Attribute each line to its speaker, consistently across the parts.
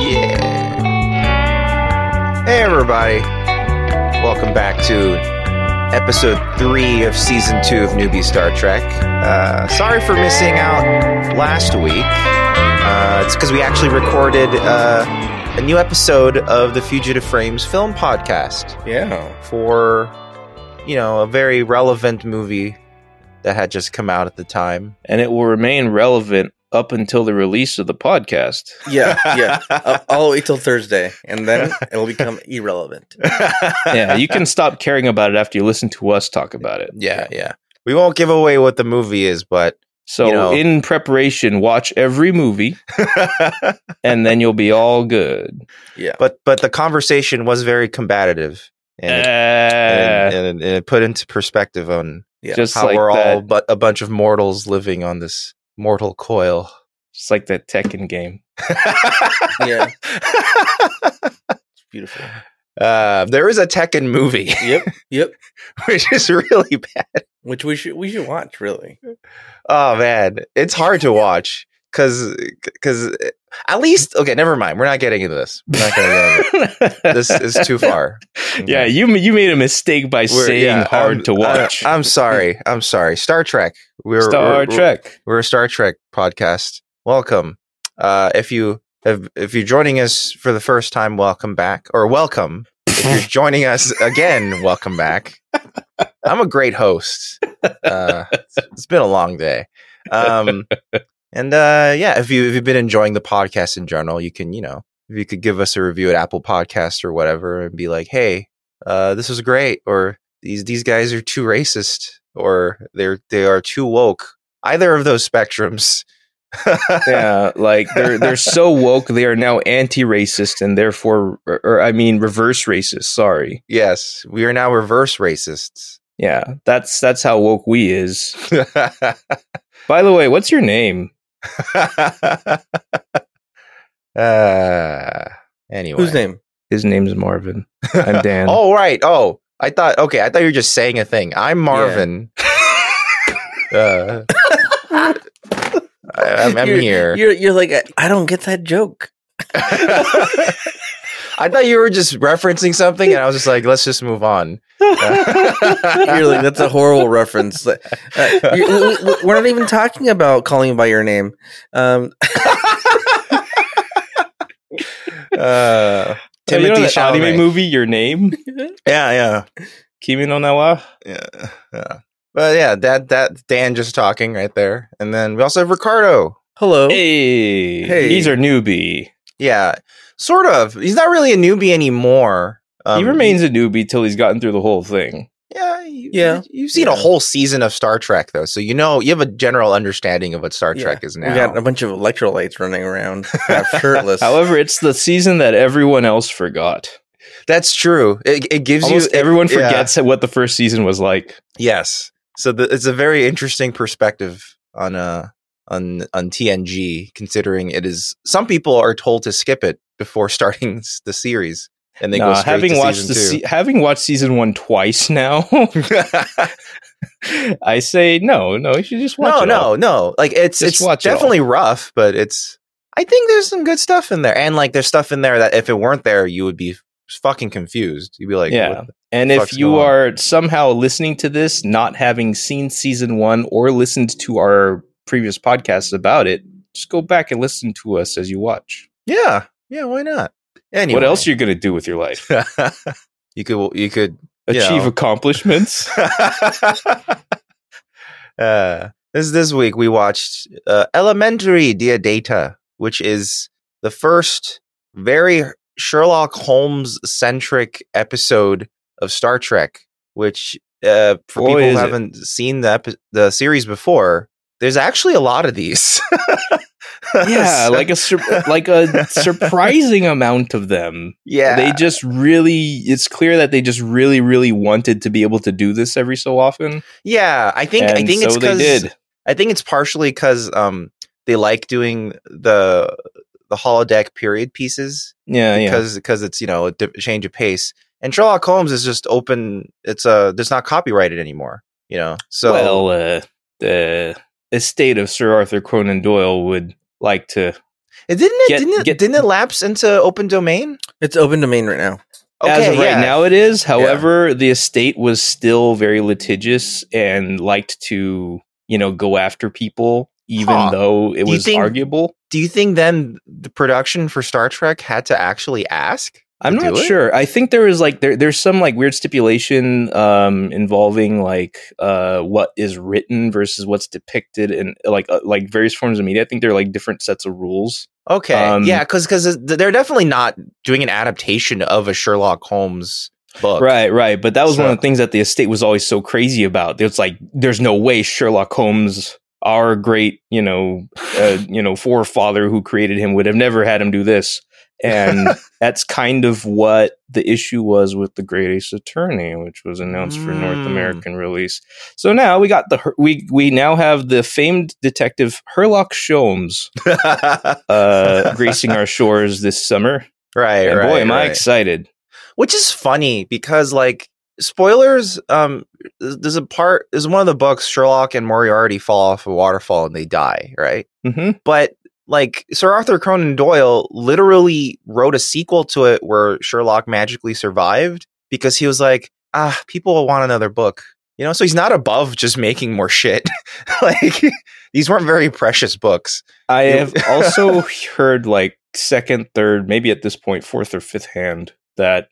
Speaker 1: Yeah. Hey, everybody. Welcome back to episode three of season two of Newbie Star Trek. Uh, sorry for missing out last week. Uh, it's because we actually recorded uh, a new episode of the Fugitive Frames film podcast
Speaker 2: Yeah.
Speaker 1: for, you know, a very relevant movie that had just come out at the time.
Speaker 3: and it will remain relevant up until the release of the podcast.
Speaker 2: Yeah. Yeah. Up all the way till Thursday, and then it'll become irrelevant.
Speaker 3: Yeah, you can stop caring about it after you listen to us talk about it.
Speaker 1: Yeah, yeah. We won't give away what the movie is, but
Speaker 3: So,
Speaker 1: You know-
Speaker 3: in preparation, watch every movie and then you'll be all good.
Speaker 2: Yeah.
Speaker 1: but but the conversation was very combative and it, and,
Speaker 3: Eh,
Speaker 1: and, and it put into perspective on
Speaker 2: yeah,
Speaker 3: just
Speaker 1: how
Speaker 3: like
Speaker 1: we're all
Speaker 3: that,
Speaker 1: but a bunch of mortals living on this mortal coil.
Speaker 3: just like that Tekken game.
Speaker 2: Yeah. It's beautiful.
Speaker 1: uh, there is a Tekken movie,
Speaker 2: Yep. Yep.
Speaker 1: which is really bad.
Speaker 2: Which we should we should watch really.
Speaker 1: Oh man, it's hard to watch because because at least okay, never mind. We're not getting into this. We're not getting into this. This is too far.
Speaker 3: yeah, you you made a mistake by
Speaker 1: We're-
Speaker 3: saying
Speaker 1: yeah,
Speaker 3: hard
Speaker 1: I'm-
Speaker 3: to watch.
Speaker 1: I, am sorry. I'm sorry. Star Trek. We're
Speaker 3: Star
Speaker 1: we're- we're-
Speaker 3: Trek.
Speaker 1: We're a Star Trek podcast. Welcome. Uh, if you have, if you're joining us for the first time, welcome back, or welcome. If you're joining us again, welcome back. I'm a great host. Uh, it's- it's been a long day. Um, and uh, yeah, if you if you've been enjoying the podcast in general, you can you know if you could give us a review at Apple Podcasts or whatever, and be like, hey, uh, this was great, or these these guys are too racist, or they're they are too woke, either of those spectrums.
Speaker 3: yeah, like they're they're so woke they are now anti-racist and therefore or, or I mean reverse racist, sorry.
Speaker 1: Yes, we are now reverse racists.
Speaker 3: Yeah, that's that's how woke we is. By the way, what's your name?
Speaker 1: uh, anyway,
Speaker 2: Whose name?
Speaker 3: His name's Marvin. I'm Dan.
Speaker 1: Oh right. Oh, I thought. Okay, I thought you were just saying a thing. I'm Marvin. uh, I, am
Speaker 2: You're-
Speaker 1: here.
Speaker 2: You're you're like I, I don't get that joke.
Speaker 1: I thought you were just referencing something, and I was just like, let's just move on. Uh,
Speaker 2: You're like that's a horrible reference. Uh, you- we- we- we're not even talking about calling by your name. Um,
Speaker 1: Uh,
Speaker 3: Oh, you know
Speaker 1: Timothy
Speaker 3: that
Speaker 1: Chalamet.
Speaker 3: anime movie, Your Name,
Speaker 1: Yeah, yeah.
Speaker 3: Kimi no Nawa.
Speaker 1: yeah, yeah. But yeah, that that Dan just talking right there, and then we also have Ricardo.
Speaker 2: hello.
Speaker 3: Hey,
Speaker 2: Hey.
Speaker 3: he's our newbie.
Speaker 1: Yeah, sort of. He's not really a newbie anymore. Um,
Speaker 3: he remains a newbie till he's gotten through the whole thing.
Speaker 1: Yeah, you,
Speaker 2: Yeah.
Speaker 1: You've seen a
Speaker 2: Yeah.
Speaker 1: whole season of Star Trek though, so you know you have a general understanding of what Star
Speaker 2: Yeah.
Speaker 1: Trek is
Speaker 2: We
Speaker 1: now.
Speaker 2: got a bunch of electrolytes running around, half shirtless.
Speaker 3: However, it's the season that everyone else forgot.
Speaker 1: That's true. It, it gives
Speaker 3: Almost
Speaker 1: you it-
Speaker 3: everyone
Speaker 1: yeah.
Speaker 3: forgets what the first season was like.
Speaker 1: Yes. So the, it's a very interesting perspective on uh on on TNG, considering it is some people are told to skip it before starting s- the series, and they go
Speaker 3: Nah,
Speaker 1: straight
Speaker 3: having
Speaker 1: to
Speaker 3: watched the
Speaker 1: season
Speaker 3: se- having watched season one twice now,
Speaker 1: two.
Speaker 3: I say no, no. You should just watch.
Speaker 1: no,
Speaker 3: it
Speaker 1: no,
Speaker 3: all.
Speaker 1: no. Like it's
Speaker 3: Just
Speaker 1: it's
Speaker 3: watch it all.
Speaker 1: definitely rough, but it's I think there's some good stuff in there, and like there's stuff in there that if it weren't there, you would be fucking confused. You'd be like,
Speaker 3: Yeah.
Speaker 1: what
Speaker 3: And
Speaker 1: fuck's
Speaker 3: if you
Speaker 1: going on?
Speaker 3: are somehow listening to this, not having seen season one or listened to our previous podcasts about it, just go back and listen to us as you watch.
Speaker 1: yeah, yeah. Why not? Anyway,
Speaker 3: What else are you going to do with your life?
Speaker 1: you could you could You
Speaker 3: Achieve
Speaker 1: know.
Speaker 3: accomplishments?
Speaker 1: uh, this this week we watched uh, Elementary Dia Data, which is the first very Sherlock Holmes centric episode of Star Trek. Which uh, for
Speaker 3: Boy,
Speaker 1: people
Speaker 3: is
Speaker 1: who
Speaker 3: it.
Speaker 1: haven't seen the epi- the series before, there's actually a lot of these.
Speaker 3: yeah,
Speaker 1: So-
Speaker 3: like a sur- like a surprising amount of them.
Speaker 1: yeah,
Speaker 3: They just really it's clear that they just really really wanted to be able to do this every so often.
Speaker 1: yeah. I think I
Speaker 3: and
Speaker 1: think
Speaker 3: so
Speaker 1: it's
Speaker 3: they
Speaker 1: because
Speaker 3: did.
Speaker 1: I think it's partially because um they like doing the the holodeck period pieces
Speaker 3: Yeah, yeah.
Speaker 1: because because it's you know a di- change of pace. And Sherlock Holmes is just open. It's uh, there's not copyrighted anymore. You know, so
Speaker 3: well, uh, the estate of Sir Arthur Conan Doyle would like to.
Speaker 1: it eh, didn't it
Speaker 3: get-
Speaker 1: didn't it,
Speaker 3: get-
Speaker 1: didn't it lapse into open domain?
Speaker 2: It's open domain right now.
Speaker 3: as of right
Speaker 1: yeah.
Speaker 3: now, it is. However, the estate was still very litigious and liked to, you know, go after people, even
Speaker 1: Huh.
Speaker 3: though it
Speaker 1: Do you
Speaker 3: was
Speaker 1: think-
Speaker 3: arguable.
Speaker 1: Do you think then the production for Star Trek had to actually ask?
Speaker 3: I'm
Speaker 1: to
Speaker 3: not
Speaker 1: do it?
Speaker 3: sure. I think there is like there there's some like weird stipulation um involving like uh what is written versus what's depicted and like uh, like various forms of media. I think there are like different sets of rules.
Speaker 1: Okay,
Speaker 3: Um,
Speaker 1: yeah, because because they're definitely not doing an adaptation of a Sherlock Holmes book,
Speaker 3: Right, right. But that was one
Speaker 1: So-
Speaker 3: of the things that the estate was always so crazy about. It's like there's no way Sherlock Holmes, our great, you know, uh, you know, forefather who created him would have never had him do this. And that's kind of what the issue was with the Great Ace Attorney, which was announced for North
Speaker 1: Mm.
Speaker 3: American release. So now we got the Her- we we now have the famed detective Herlock Sholmes
Speaker 1: right,
Speaker 3: uh, gracing our shores this summer.
Speaker 1: right.
Speaker 3: And boy, am I
Speaker 1: right.
Speaker 3: excited!
Speaker 1: which is funny because like spoilers um th- there's a part there's one of the books sherlock and moriarty fall off a waterfall and they die right
Speaker 3: hmm
Speaker 1: but like sir arthur conan doyle literally wrote a sequel to it where sherlock magically survived because he was like ah people will want another book you know so he's not above just making more shit like these weren't very precious books
Speaker 3: I
Speaker 1: You-
Speaker 3: have also heard like second, third, maybe at this point fourth or fifth hand that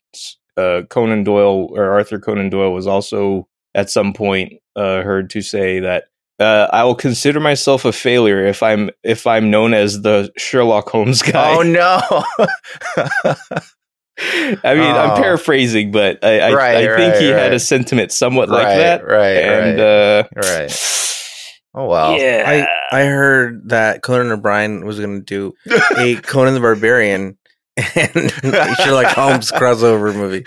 Speaker 3: uh, Conan Doyle or Arthur Conan Doyle was also at some point uh, heard to say that uh, I will consider myself a failure if I'm if I'm known as the Sherlock Holmes guy.
Speaker 1: oh no
Speaker 3: I mean,
Speaker 1: Oh.
Speaker 3: I'm paraphrasing, but I I,
Speaker 1: Right,
Speaker 3: I think
Speaker 1: right,
Speaker 3: he had
Speaker 1: right.
Speaker 3: a sentiment somewhat like
Speaker 1: right,
Speaker 3: that,
Speaker 1: right
Speaker 3: and
Speaker 1: right
Speaker 3: uh,
Speaker 1: right oh wow
Speaker 3: yeah,
Speaker 2: I I heard that Conan O'Brien was going to do a Conan the Barbarian and Sherlock Holmes crossover movie.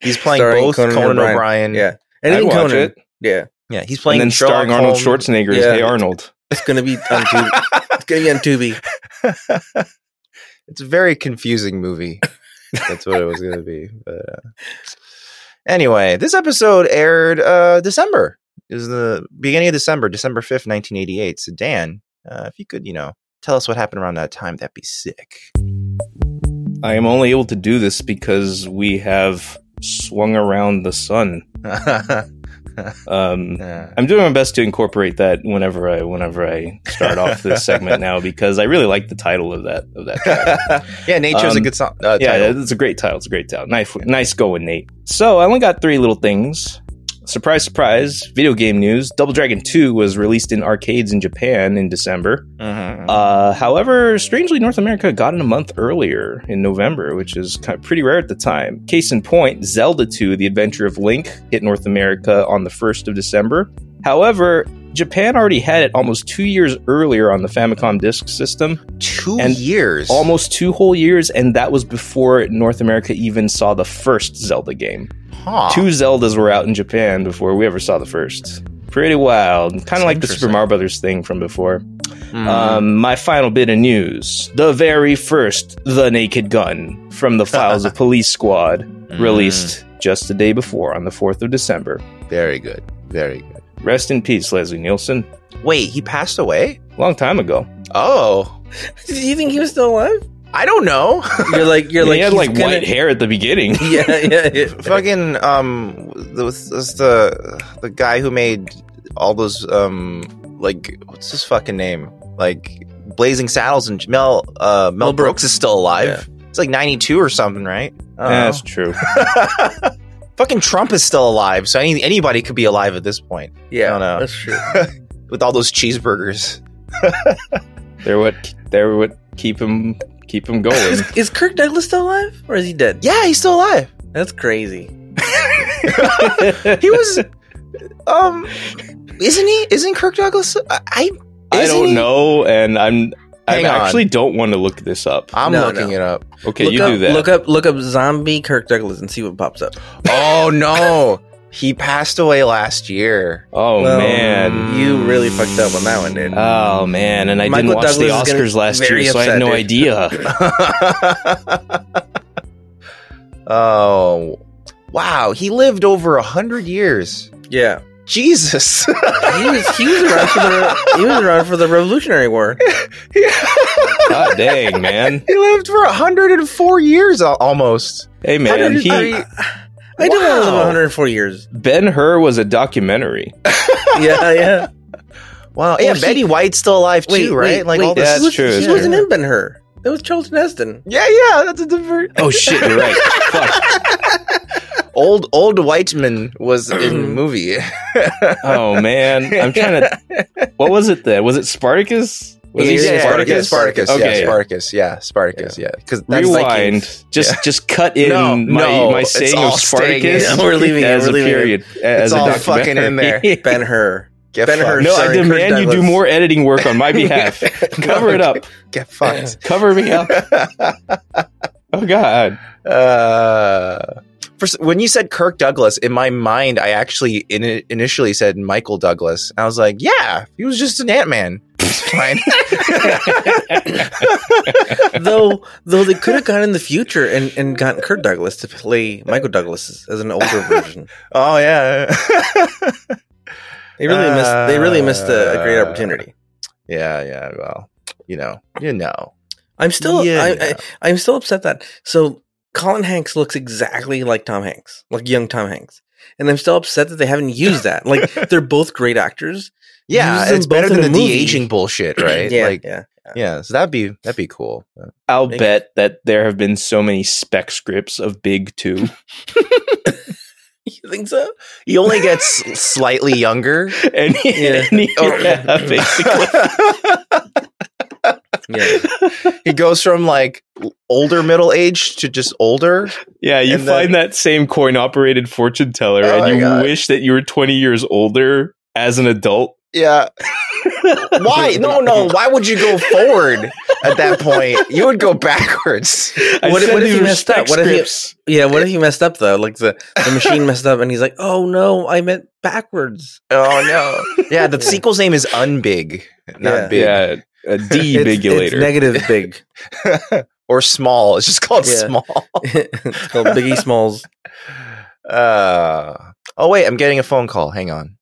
Speaker 1: he's playing
Speaker 2: Starring
Speaker 1: both Conan,
Speaker 2: Conan
Speaker 1: O'Brien.
Speaker 2: O'Brien. Yeah, anything
Speaker 3: I'd watch
Speaker 2: Conan.
Speaker 3: it.
Speaker 2: Yeah,
Speaker 1: yeah, he's
Speaker 3: and
Speaker 1: playing
Speaker 3: then
Speaker 1: Sherlock
Speaker 3: starring Arnold
Speaker 1: Holmes.
Speaker 3: Schwarzenegger as
Speaker 2: Yeah.
Speaker 3: Hey Arnold.
Speaker 2: it's going to be on Tubi. It's going to be on Tubi.
Speaker 1: it's a very confusing movie. That's what it was going to be. But uh. anyway, this episode aired uh, December. It was the beginning of December, December fifth, nineteen eighty-eight. So Dan, uh, if you could, you know, tell us what happened around that time, that'd be sick.
Speaker 3: I am only able to do this because we have swung around the sun. Um,
Speaker 1: Yeah.
Speaker 3: I'm doing my best to incorporate that whenever I whenever I start off this segment now because I really like the title of that of that. track.
Speaker 1: yeah, nature's a
Speaker 3: Um,
Speaker 1: good song. Uh,
Speaker 3: yeah,
Speaker 1: title.
Speaker 3: it's a great title. It's a great title. Nice, nice going, Nate. So I only got three little things. Surprise, surprise! Video game news: Double Dragon Two was released in arcades in Japan in December.
Speaker 1: Mhm.
Speaker 3: Uh, however, strangely, North America got it a month earlier in November, which is kind of pretty rare at the time. Case in point, Zelda 2, The Adventure of Link, hit North America on the 1st of December. However, Japan already had it almost two years earlier on the Famicom Disk System,
Speaker 1: Two
Speaker 3: and
Speaker 1: years.
Speaker 3: almost two whole years, and that was before North America even saw the first Zelda game.
Speaker 1: Huh.
Speaker 3: Two Zeldas were out in Japan before we ever saw the first. Pretty wild. Kind
Speaker 1: That's
Speaker 3: of like the
Speaker 1: interesting.
Speaker 3: Super Mario Brothers thing from before.
Speaker 1: Mm.
Speaker 3: Um, my final bit of news: the very first "The Naked Gun" from the files of Police Squad,
Speaker 2: Mm.
Speaker 1: Mm-hmm.
Speaker 3: released just the day before on the fourth of December.
Speaker 1: Mm. Very good. Very good.
Speaker 3: Rest in peace, Leslie Nielsen.
Speaker 1: Wait, he passed away?
Speaker 3: Long time ago.
Speaker 1: Oh,
Speaker 2: Do you think he was still alive?
Speaker 1: I don't know.
Speaker 2: You're like you're
Speaker 3: he
Speaker 2: like
Speaker 3: had
Speaker 2: he's
Speaker 3: like
Speaker 2: gonna-
Speaker 3: white hair at the beginning.
Speaker 2: Yeah, yeah, yeah.
Speaker 1: Fucking um, the, was the the guy who made all those um, like what's his fucking name? Like Blazing Saddles and Mel uh Mel
Speaker 2: Mel Brooks.
Speaker 1: Brooks is still alive. It's like ninety two or something, right?
Speaker 2: Uh-huh.
Speaker 1: I don't
Speaker 3: That's true.
Speaker 1: know. fucking Trump is still alive, so any, anybody could be alive at this point
Speaker 2: yeah.
Speaker 1: I don't know.
Speaker 2: That's true.
Speaker 1: with all those cheeseburgers.
Speaker 3: They're what they're what keep him keep him going.
Speaker 2: Is, is Kirk Douglas still alive or is he dead?
Speaker 1: Yeah, he's still alive.
Speaker 2: That's crazy.
Speaker 1: He was, um, isn't he? Isn't Kirk Douglas? I, I,
Speaker 3: I
Speaker 1: isn't
Speaker 3: don't
Speaker 1: he?
Speaker 3: know, and I'm I
Speaker 1: Hang on.
Speaker 3: actually don't want to look this up.
Speaker 1: I'm
Speaker 2: No,
Speaker 1: looking
Speaker 2: no.
Speaker 1: it up.
Speaker 3: Okay,
Speaker 2: Uh, look
Speaker 3: you
Speaker 2: up,
Speaker 3: do that.
Speaker 2: Look up look up zombie Kirk Douglas and see what pops up.
Speaker 1: Oh no, He passed away last year.
Speaker 3: Oh
Speaker 2: Well,
Speaker 3: man.
Speaker 2: you really fucked up on that one, dude.
Speaker 3: Oh man, and I
Speaker 2: Michael
Speaker 3: didn't watch
Speaker 2: Douglas
Speaker 3: the
Speaker 2: is gonna
Speaker 3: Oscars last
Speaker 2: be very
Speaker 3: year, so I
Speaker 2: upset,
Speaker 3: had no
Speaker 2: dude.
Speaker 3: idea.
Speaker 1: oh, wow. He lived over a hundred years.
Speaker 2: yeah,
Speaker 1: Jesus.
Speaker 2: he was he was around for the he was around for the Revolutionary War.
Speaker 3: God dang, man.
Speaker 1: he lived for 104 years al- almost.
Speaker 3: Hey man, he
Speaker 1: 103
Speaker 2: I do want to live
Speaker 1: Wow.
Speaker 2: 104 years.
Speaker 3: Ben Hur was a documentary.
Speaker 2: Yeah, yeah.
Speaker 1: Wow.
Speaker 2: Well,
Speaker 1: Yeah,
Speaker 2: he-
Speaker 1: Betty White's still alive too,
Speaker 2: Wait,
Speaker 1: right?
Speaker 2: wait,
Speaker 1: like
Speaker 2: wait,
Speaker 1: all
Speaker 2: this
Speaker 1: this.
Speaker 3: that's
Speaker 2: was,
Speaker 3: true,
Speaker 2: He
Speaker 3: that's
Speaker 2: wasn't
Speaker 1: true.
Speaker 2: in Ben Hur. It was Charlton Heston.
Speaker 1: Yeah, yeah, that's a different.
Speaker 3: Oh shit, you're right. Fuck.
Speaker 1: Old old Whiteman was in the movie.
Speaker 3: Oh man, I'm trying to. What was it then? Was it Spartacus? Was
Speaker 2: Yeah,
Speaker 1: yeah,
Speaker 2: Spartacus?
Speaker 1: Spartacus,
Speaker 3: Okay.
Speaker 1: yeah, Spartacus, yeah, Spartacus, yeah. Because
Speaker 3: Rewind. just
Speaker 1: Yeah.
Speaker 3: just cut in
Speaker 1: No,
Speaker 3: my
Speaker 1: no,
Speaker 3: my
Speaker 1: it's
Speaker 3: saying
Speaker 1: all
Speaker 3: of
Speaker 1: staying in.
Speaker 3: Spartacus.
Speaker 2: No, we're leaving it,
Speaker 3: as
Speaker 2: we're
Speaker 3: a
Speaker 2: leaving it.
Speaker 3: period.
Speaker 1: It's
Speaker 3: As a
Speaker 1: all fucking in there.
Speaker 3: documentary.
Speaker 2: Ben Hur.
Speaker 1: get
Speaker 2: Ben Hur.
Speaker 1: fucked.
Speaker 3: No, I
Speaker 2: Sorry, Kirk
Speaker 3: demand you do
Speaker 2: Douglas.
Speaker 3: more editing work on my behalf. Cover it up.
Speaker 1: Get fucked.
Speaker 3: Cover me up. Oh god.
Speaker 1: uh, for, s- when you said Kirk Douglas, in my mind, I actually in, initially said Michael Douglas. I was like, yeah, he was just an Ant Man. It's fine.
Speaker 2: though though they could have gone in the future and, and gotten Kurt Douglas to play Michael Douglas as, as an older version.
Speaker 1: oh yeah,
Speaker 2: They really missed they really missed a, a great
Speaker 1: Uh,
Speaker 2: opportunity.
Speaker 1: yeah, yeah. Well, you know, you know.
Speaker 2: I'm still
Speaker 1: Yeah,
Speaker 2: I,
Speaker 1: yeah.
Speaker 2: I, I'm still upset that so Colin Hanks looks exactly like Tom Hanks, like young Tom Hanks. And I'm still upset that they haven't used that. Like they're both great actors. Use
Speaker 1: Yeah,
Speaker 2: them
Speaker 1: it's better
Speaker 2: both in
Speaker 1: than the
Speaker 2: a movie.
Speaker 1: de aging bullshit, right?
Speaker 2: yeah,
Speaker 1: like, yeah.
Speaker 2: yeah.
Speaker 1: So that'd be that'd be cool.
Speaker 3: I'll
Speaker 2: Thank-
Speaker 3: bet that there have been so many spec scripts of Big Two.
Speaker 2: You think so?
Speaker 1: He only gets slightly younger.
Speaker 3: And,
Speaker 2: Yeah.
Speaker 3: and-
Speaker 1: Oh.
Speaker 3: yeah, basically.
Speaker 2: Yeah.
Speaker 1: he goes from like older middle age to just older.
Speaker 3: Yeah, you
Speaker 1: And
Speaker 3: find that same coin operated fortune teller
Speaker 1: Oh my
Speaker 3: and you
Speaker 1: God.
Speaker 3: wish that you were 20 years older as an adult.
Speaker 1: Yeah. Why? No, no. Why would you go forward at that point? You would go backwards.
Speaker 3: I
Speaker 2: What if-
Speaker 3: said
Speaker 2: what if
Speaker 3: these
Speaker 2: he
Speaker 3: were
Speaker 2: messed
Speaker 3: spec
Speaker 2: up? What if he-
Speaker 3: scripts.
Speaker 2: Yeah, what if he messed up though? Like the, the machine messed up and he's like, Oh no, I meant backwards.
Speaker 1: Oh no. Yeah, the sequel's name is Unbig, not
Speaker 2: Yeah.
Speaker 1: big.
Speaker 3: Yeah, a
Speaker 2: It's- It's,
Speaker 3: debigulator.
Speaker 2: negative big.
Speaker 1: or small. It's just called
Speaker 2: Yeah.
Speaker 1: small.
Speaker 2: it's called Biggie Smalls.
Speaker 1: Uh, oh wait, I'm getting a phone call. Hang on.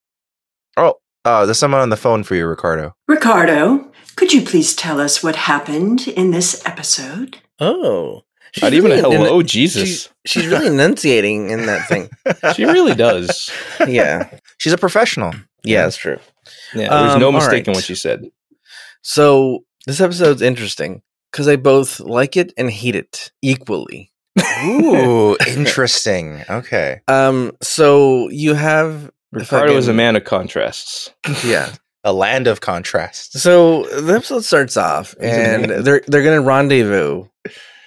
Speaker 1: Oh, uh, there's someone on the phone for you, Ricardo.
Speaker 4: Ricardo, could you please tell us what happened in this episode?
Speaker 2: Oh. She's
Speaker 3: Not even a
Speaker 2: really
Speaker 3: hello,
Speaker 2: enunciating-
Speaker 3: Jesus.
Speaker 2: She, she's really enunciating in that thing.
Speaker 3: She really does.
Speaker 2: Yeah.
Speaker 1: She's a professional.
Speaker 2: Yeah, that's true.
Speaker 3: Yeah, there's no
Speaker 2: Um, all
Speaker 3: mistaking
Speaker 2: right.
Speaker 3: what she said.
Speaker 2: So this episode's interesting because I both like it and hate it equally.
Speaker 1: Ooh, interesting. Okay.
Speaker 2: Um, so you have
Speaker 3: Ricardo is a
Speaker 2: fucking-
Speaker 3: man of contrasts.
Speaker 2: yeah.
Speaker 1: A land of contrasts.
Speaker 2: So the episode starts off and they're they're gonna rendezvous,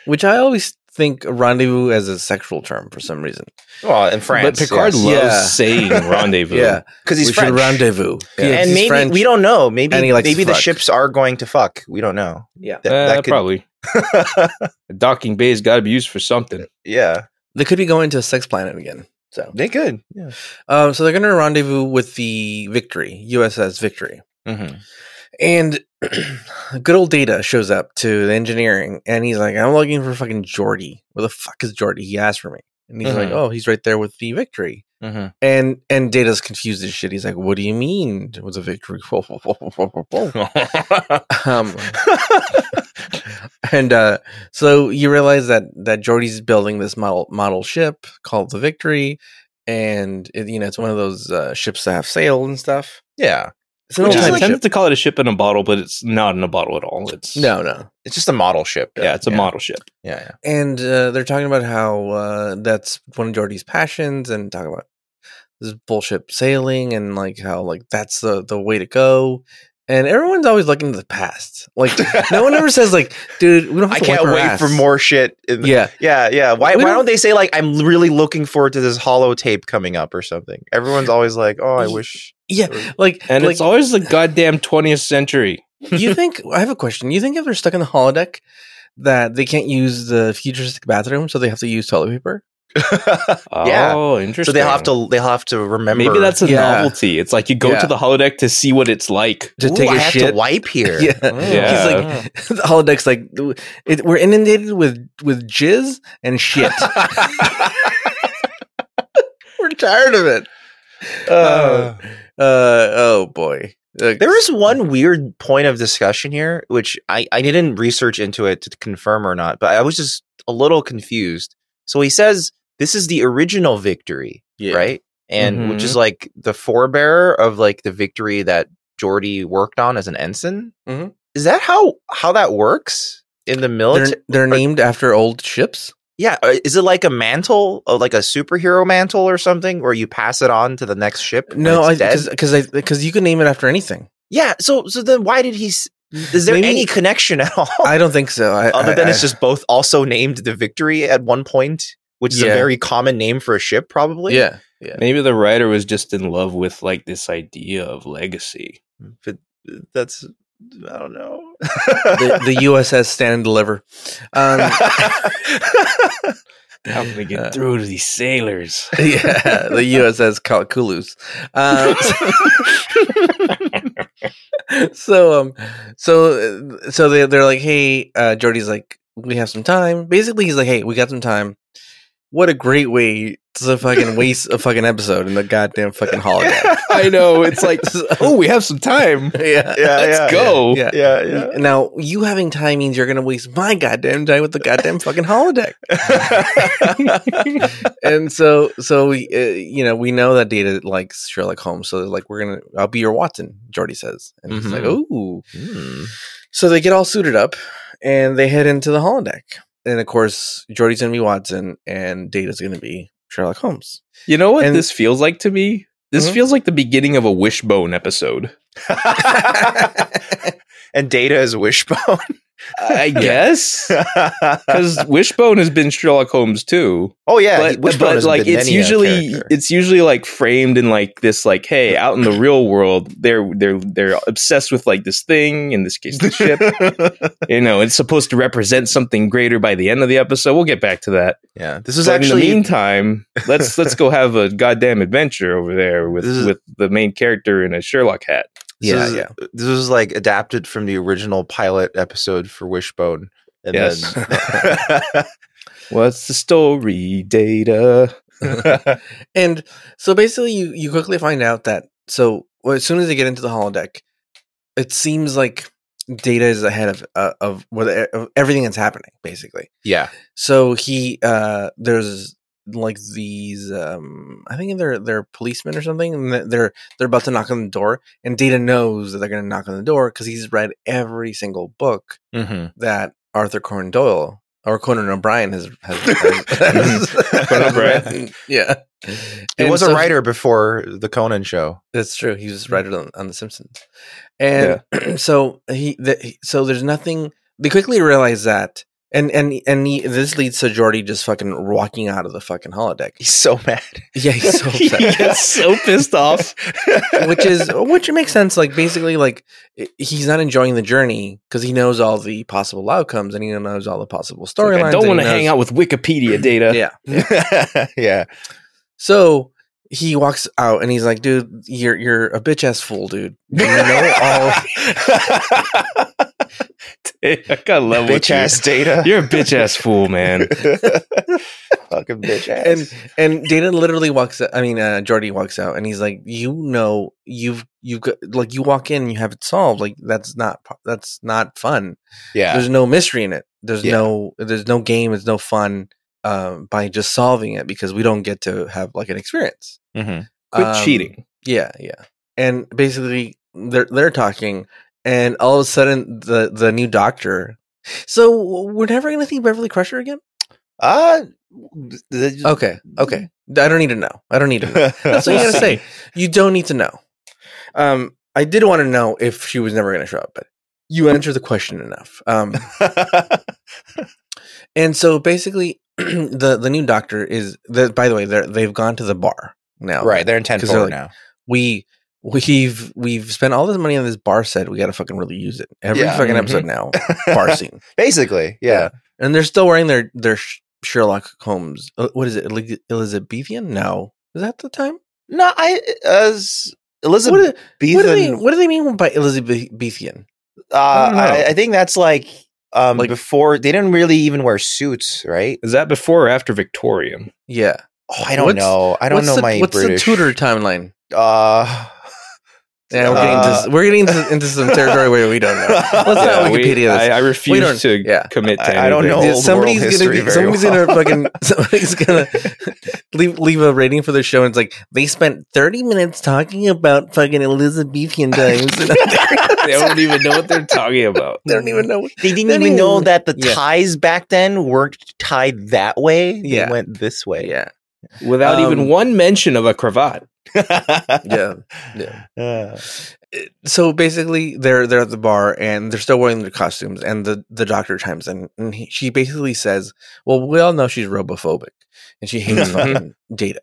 Speaker 2: which I always think rendezvous as a sexual term for some reason.
Speaker 1: Well, in France,
Speaker 3: but Picard
Speaker 1: yes.
Speaker 3: loves
Speaker 2: Yeah.
Speaker 3: saying rendezvous.
Speaker 2: Yeah,
Speaker 1: because
Speaker 2: we
Speaker 1: he's French.
Speaker 2: should rendezvous.
Speaker 3: Yeah.
Speaker 2: Yeah,
Speaker 1: and
Speaker 2: he's
Speaker 1: maybe
Speaker 2: French.
Speaker 1: we don't know. Maybe
Speaker 2: and he likes to
Speaker 1: maybe the
Speaker 2: fuck.
Speaker 1: ships are going to fuck. We don't know.
Speaker 2: Yeah.
Speaker 1: That,
Speaker 3: Uh,
Speaker 1: that could,
Speaker 3: probably. A docking bay's got to be used for something.
Speaker 1: yeah,
Speaker 2: They could be going to a sex planet again. So,
Speaker 1: they could. Yeah.
Speaker 2: um, so they're going to rendezvous with the Victory USS Victory,
Speaker 3: Mm-hmm.
Speaker 2: and good old Data shows up to the engineering, and he's like, "I'm looking for fucking Jordy. Where the fuck is Jordy? He asked for me." And he's like,
Speaker 1: Mhm.
Speaker 2: "Oh, he's right there with the Victory."
Speaker 1: Mm-hmm.
Speaker 2: And and Data's confused as shit. He's like, "What do you mean with a Victory?" um, and uh, so you realize that that Jordy's building this model model ship called the Victory, and it, you know it's one of those uh, ships that have sail and stuff.
Speaker 1: yeah,
Speaker 2: It's an
Speaker 1: Which
Speaker 2: old
Speaker 1: is
Speaker 3: I
Speaker 2: time
Speaker 1: like-
Speaker 3: tend
Speaker 2: ship.
Speaker 3: to call it a ship in a bottle, but it's not in a bottle at all. It's
Speaker 2: No, no,
Speaker 1: it's just a model ship.
Speaker 3: yeah, it's a
Speaker 1: yeah.
Speaker 3: model ship.
Speaker 1: Yeah, yeah.
Speaker 2: and uh, they're talking about how uh, that's one of Jordy's passions, and talking about this bullshit sailing, and like how like that's the the way to go. And everyone's always looking to the past. Like no one ever says like, dude, we don't. Have
Speaker 1: I
Speaker 2: to wipe
Speaker 1: can't
Speaker 2: our
Speaker 1: wait
Speaker 2: ass.
Speaker 1: for more shit. In the- yeah.
Speaker 2: Yeah,
Speaker 1: yeah, Why?
Speaker 2: We
Speaker 1: why
Speaker 2: don't-
Speaker 1: don't they say like I'm really looking forward to this hollow tape coming up or something? Everyone's always like, oh, I
Speaker 2: Ye-
Speaker 1: wish.
Speaker 2: yeah. Like
Speaker 3: And
Speaker 2: like,
Speaker 3: it's always the goddamn 20th century.
Speaker 2: you think I have a question. You think if they're stuck in the holodeck that they can't use the futuristic bathroom, so they have to use toilet paper?
Speaker 1: Yeah.
Speaker 3: Oh, interesting.
Speaker 1: so they'll have to they'll have to remember.
Speaker 3: Maybe that's a
Speaker 2: Yeah.
Speaker 3: novelty. It's like you go
Speaker 2: Yeah.
Speaker 3: to the holodeck to see what it's like.
Speaker 2: to
Speaker 1: Ooh,
Speaker 2: take a
Speaker 1: I have
Speaker 2: shit.
Speaker 1: to wipe here.
Speaker 2: Yeah.
Speaker 3: Yeah.
Speaker 2: He's like the holodeck's like it, we're inundated with with jizz and shit. we're tired of it.
Speaker 1: Uh,
Speaker 2: Uh oh boy. Like,
Speaker 1: There is one weird point of discussion here, which I, I didn't research into it to confirm or not, but I was just a little confused. So he says this is the original victory,
Speaker 2: Yeah. Mm-hmm.
Speaker 1: right? And which
Speaker 3: Mhm.
Speaker 1: is like the forebearer of like the victory that Jordy worked on as an ensign.
Speaker 2: Mhm.
Speaker 1: Is that how how that works in the military?
Speaker 2: they're, they're named after old ships.
Speaker 1: yeah, uh, is it like a mantle, uh, like a superhero mantle or something, where you pass it on to the next ship? when
Speaker 2: No,
Speaker 1: it's
Speaker 2: I
Speaker 1: dead?
Speaker 2: because because you can name it after anything.
Speaker 1: yeah. So so then why did he? s- Is there
Speaker 2: Maybe-
Speaker 1: any connection at all?
Speaker 2: I don't think so. I,
Speaker 1: other
Speaker 2: I-
Speaker 1: than
Speaker 2: I-
Speaker 1: it's just both also named the victory at one point which is
Speaker 2: Yeah.
Speaker 1: a very common name for a ship probably
Speaker 2: yeah.
Speaker 3: Maybe the writer was just in love with like this idea of legacy.
Speaker 1: but that's i don't know
Speaker 2: the, the USS Stand and Deliver. Um,
Speaker 3: How can we get
Speaker 2: Uh,
Speaker 3: through to these sailors?
Speaker 2: yeah, the USS Ka- Kulus. Um, so, so, um, so, uh, so they they're like, hey, uh, Jordy's like, we have some time. Basically, he's like, hey, we got some time. What a great way to fucking waste a fucking episode in the goddamn fucking holodeck.
Speaker 3: I know. It's like, oh, we have some time.
Speaker 2: yeah.
Speaker 1: yeah
Speaker 3: Let's
Speaker 1: yeah,
Speaker 3: go.
Speaker 2: Yeah.
Speaker 1: yeah yeah
Speaker 2: Now you having time means you're gonna waste my goddamn time with the goddamn fucking holodeck. and so so we uh, you know we know that data likes sherlock holmes so they're like we're gonna i'll be your watson jordy says and he's like
Speaker 1: Mhm.
Speaker 2: ooh
Speaker 1: Hmm.
Speaker 2: so they get all suited up and they head into the holodeck and of course jordy's gonna be watson and data's gonna be sherlock holmes
Speaker 3: You know what
Speaker 2: And-
Speaker 3: this feels like to me? This
Speaker 2: Mhm.
Speaker 3: feels like the beginning of a wishbone episode.
Speaker 1: and data is wishbone
Speaker 3: I guess. Because Wishbone has been Sherlock Holmes too,
Speaker 1: oh yeah he-
Speaker 3: but,
Speaker 1: wishbone
Speaker 3: but
Speaker 1: hasn't
Speaker 3: like
Speaker 1: been
Speaker 3: it's
Speaker 1: any, uh,
Speaker 3: usually
Speaker 1: character.
Speaker 3: it's usually like framed in like this like hey out in the real world they're they're they're obsessed with like this thing in this case the ship you know it's supposed to represent something greater by the end of the episode we'll get back to that
Speaker 1: yeah this is
Speaker 3: But in
Speaker 1: actually
Speaker 3: the meantime let's let's go have a goddamn adventure over there with
Speaker 1: This is-
Speaker 3: with the main character in a Sherlock hat
Speaker 1: this
Speaker 2: Yeah,
Speaker 1: is, uh,
Speaker 2: yeah.
Speaker 1: this is like adapted from the original pilot episode for wishbone and
Speaker 3: Yes.
Speaker 1: then
Speaker 3: what's the story data
Speaker 2: and so basically you you quickly find out that so well, as soon as they get into the holodeck it seems like data is ahead of uh, of, what of everything that's happening basically
Speaker 1: yeah
Speaker 2: So he uh there's like these um I think they're they're policemen or something and th- they're they're about to knock on the door and Data knows that they're going to knock on the door cuz he's read every single book
Speaker 1: mm-hmm.
Speaker 2: that Arthur Conan Doyle or Conan O'Brien has has, has,
Speaker 3: Conan O'Brien.
Speaker 2: written. Yeah.
Speaker 1: He
Speaker 2: And
Speaker 1: was
Speaker 2: so-
Speaker 1: a writer before the Conan show.
Speaker 2: That's true. He
Speaker 3: Mm.
Speaker 2: was writer on, on The Simpsons, and so he, the, he- so there's nothing. They quickly realize that, and and and he, this leads to Jordy just fucking walking out of the fucking holodeck.
Speaker 1: He's so mad.
Speaker 2: Yeah, he's so
Speaker 3: he
Speaker 2: upset.
Speaker 3: gets so pissed off
Speaker 2: which is which makes sense. Like basically, like i- he's not enjoying the journey because he knows all the possible outcomes and he knows all the possible storylines.
Speaker 3: Like, I don't want to hang
Speaker 2: out.
Speaker 3: out with Wikipedia data.
Speaker 2: Yeah.
Speaker 1: yeah.
Speaker 2: So he walks out and he's like, "Dude, you're you're a bitch ass fool, dude. You know all."
Speaker 3: I gotta love what
Speaker 1: Bitch
Speaker 3: you-
Speaker 1: ass data.
Speaker 3: You're a bitch ass fool, man.
Speaker 1: Fucking bitch ass.
Speaker 2: and and Data literally walks. Out, I mean, uh, Jordy walks out, and he's like, "You know, you've you've got like you walk in, and you have it solved. Like that's not p- that's not fun.
Speaker 1: yeah.
Speaker 2: There's no mystery in it. There's
Speaker 1: Yeah.
Speaker 2: no there's no game. There's no fun um, by just solving it because we don't get to have like an experience.
Speaker 3: Quit
Speaker 2: Um,
Speaker 3: cheating.
Speaker 2: Yeah, yeah. And basically, they're they're talking, and all of a sudden, the the new doctor. So we're never gonna see Beverly Crusher again.
Speaker 1: Uh, th- th-
Speaker 2: Okay, okay. I don't need to know. I don't need to know. That's what you gotta say. You don't need to know. Um, I did want to know if she was never gonna show up, but you answered the question enough. Um, and so basically, the the new doctor is. The, by the way, they they've gone to the bar now.
Speaker 1: right. They're in 10
Speaker 2: 'Cause they're
Speaker 1: forward
Speaker 2: like,
Speaker 1: now.
Speaker 2: We we've we've spent all this money on this bar set. We gotta fucking really use it. Every
Speaker 1: Yeah. mm-hmm.
Speaker 2: fucking
Speaker 3: Mhm.
Speaker 2: episode now. Bar scene.
Speaker 1: Basically. Yeah.
Speaker 2: And they're still wearing their their sh- Sherlock Holmes. Uh, What is it? Eli- Elizabethan? No, is that the time?
Speaker 3: No, I as
Speaker 2: What do,
Speaker 3: Elizabeth.
Speaker 2: what do they What do they mean by Elizabethan?
Speaker 1: Uh,
Speaker 3: I don't know.
Speaker 1: I, I think that's like um
Speaker 2: Like-
Speaker 1: before they didn't really even wear suits, right?
Speaker 3: Is that before or after Victorian?
Speaker 2: Yeah,
Speaker 1: Oh, I don't
Speaker 2: What's-
Speaker 1: know. I don't
Speaker 2: What's
Speaker 1: know
Speaker 2: the,
Speaker 1: my
Speaker 2: What's
Speaker 1: British.
Speaker 2: the Tudor timeline?
Speaker 1: Uh,
Speaker 2: Yeah, we're getting
Speaker 1: Uh,
Speaker 2: into we're getting into, into some territory where we don't know. Let's not
Speaker 3: we-
Speaker 2: Wikipedia this.
Speaker 3: I, I
Speaker 2: We don't-
Speaker 3: refuse to
Speaker 2: yeah.
Speaker 3: commit to anything.
Speaker 1: I- I don't know.
Speaker 2: Dude,
Speaker 1: old
Speaker 2: somebody's
Speaker 1: world
Speaker 2: gonna
Speaker 1: history
Speaker 2: be,
Speaker 1: very
Speaker 2: somebody's
Speaker 1: well.
Speaker 2: gonna fucking somebody's gonna leave leave a rating for the show and it's like they spent 30 minutes talking about fucking Elizabethan times and
Speaker 3: they don't even know what they're talking about.
Speaker 2: they don't even know what-
Speaker 1: they didn't
Speaker 2: They
Speaker 1: even know
Speaker 2: didn't-
Speaker 1: that the
Speaker 2: Yeah.
Speaker 1: ties back then weren't tied that way.
Speaker 2: Yeah.
Speaker 1: They went this way.
Speaker 2: yeah
Speaker 3: Without even
Speaker 2: Um,
Speaker 3: one mention of a cravat.
Speaker 2: yeah
Speaker 1: Uh,
Speaker 2: so basically they're they're at the bar and they're still wearing their costumes and the the doctor chimes in and he, she basically says well we all know she's robophobic and she hates fucking data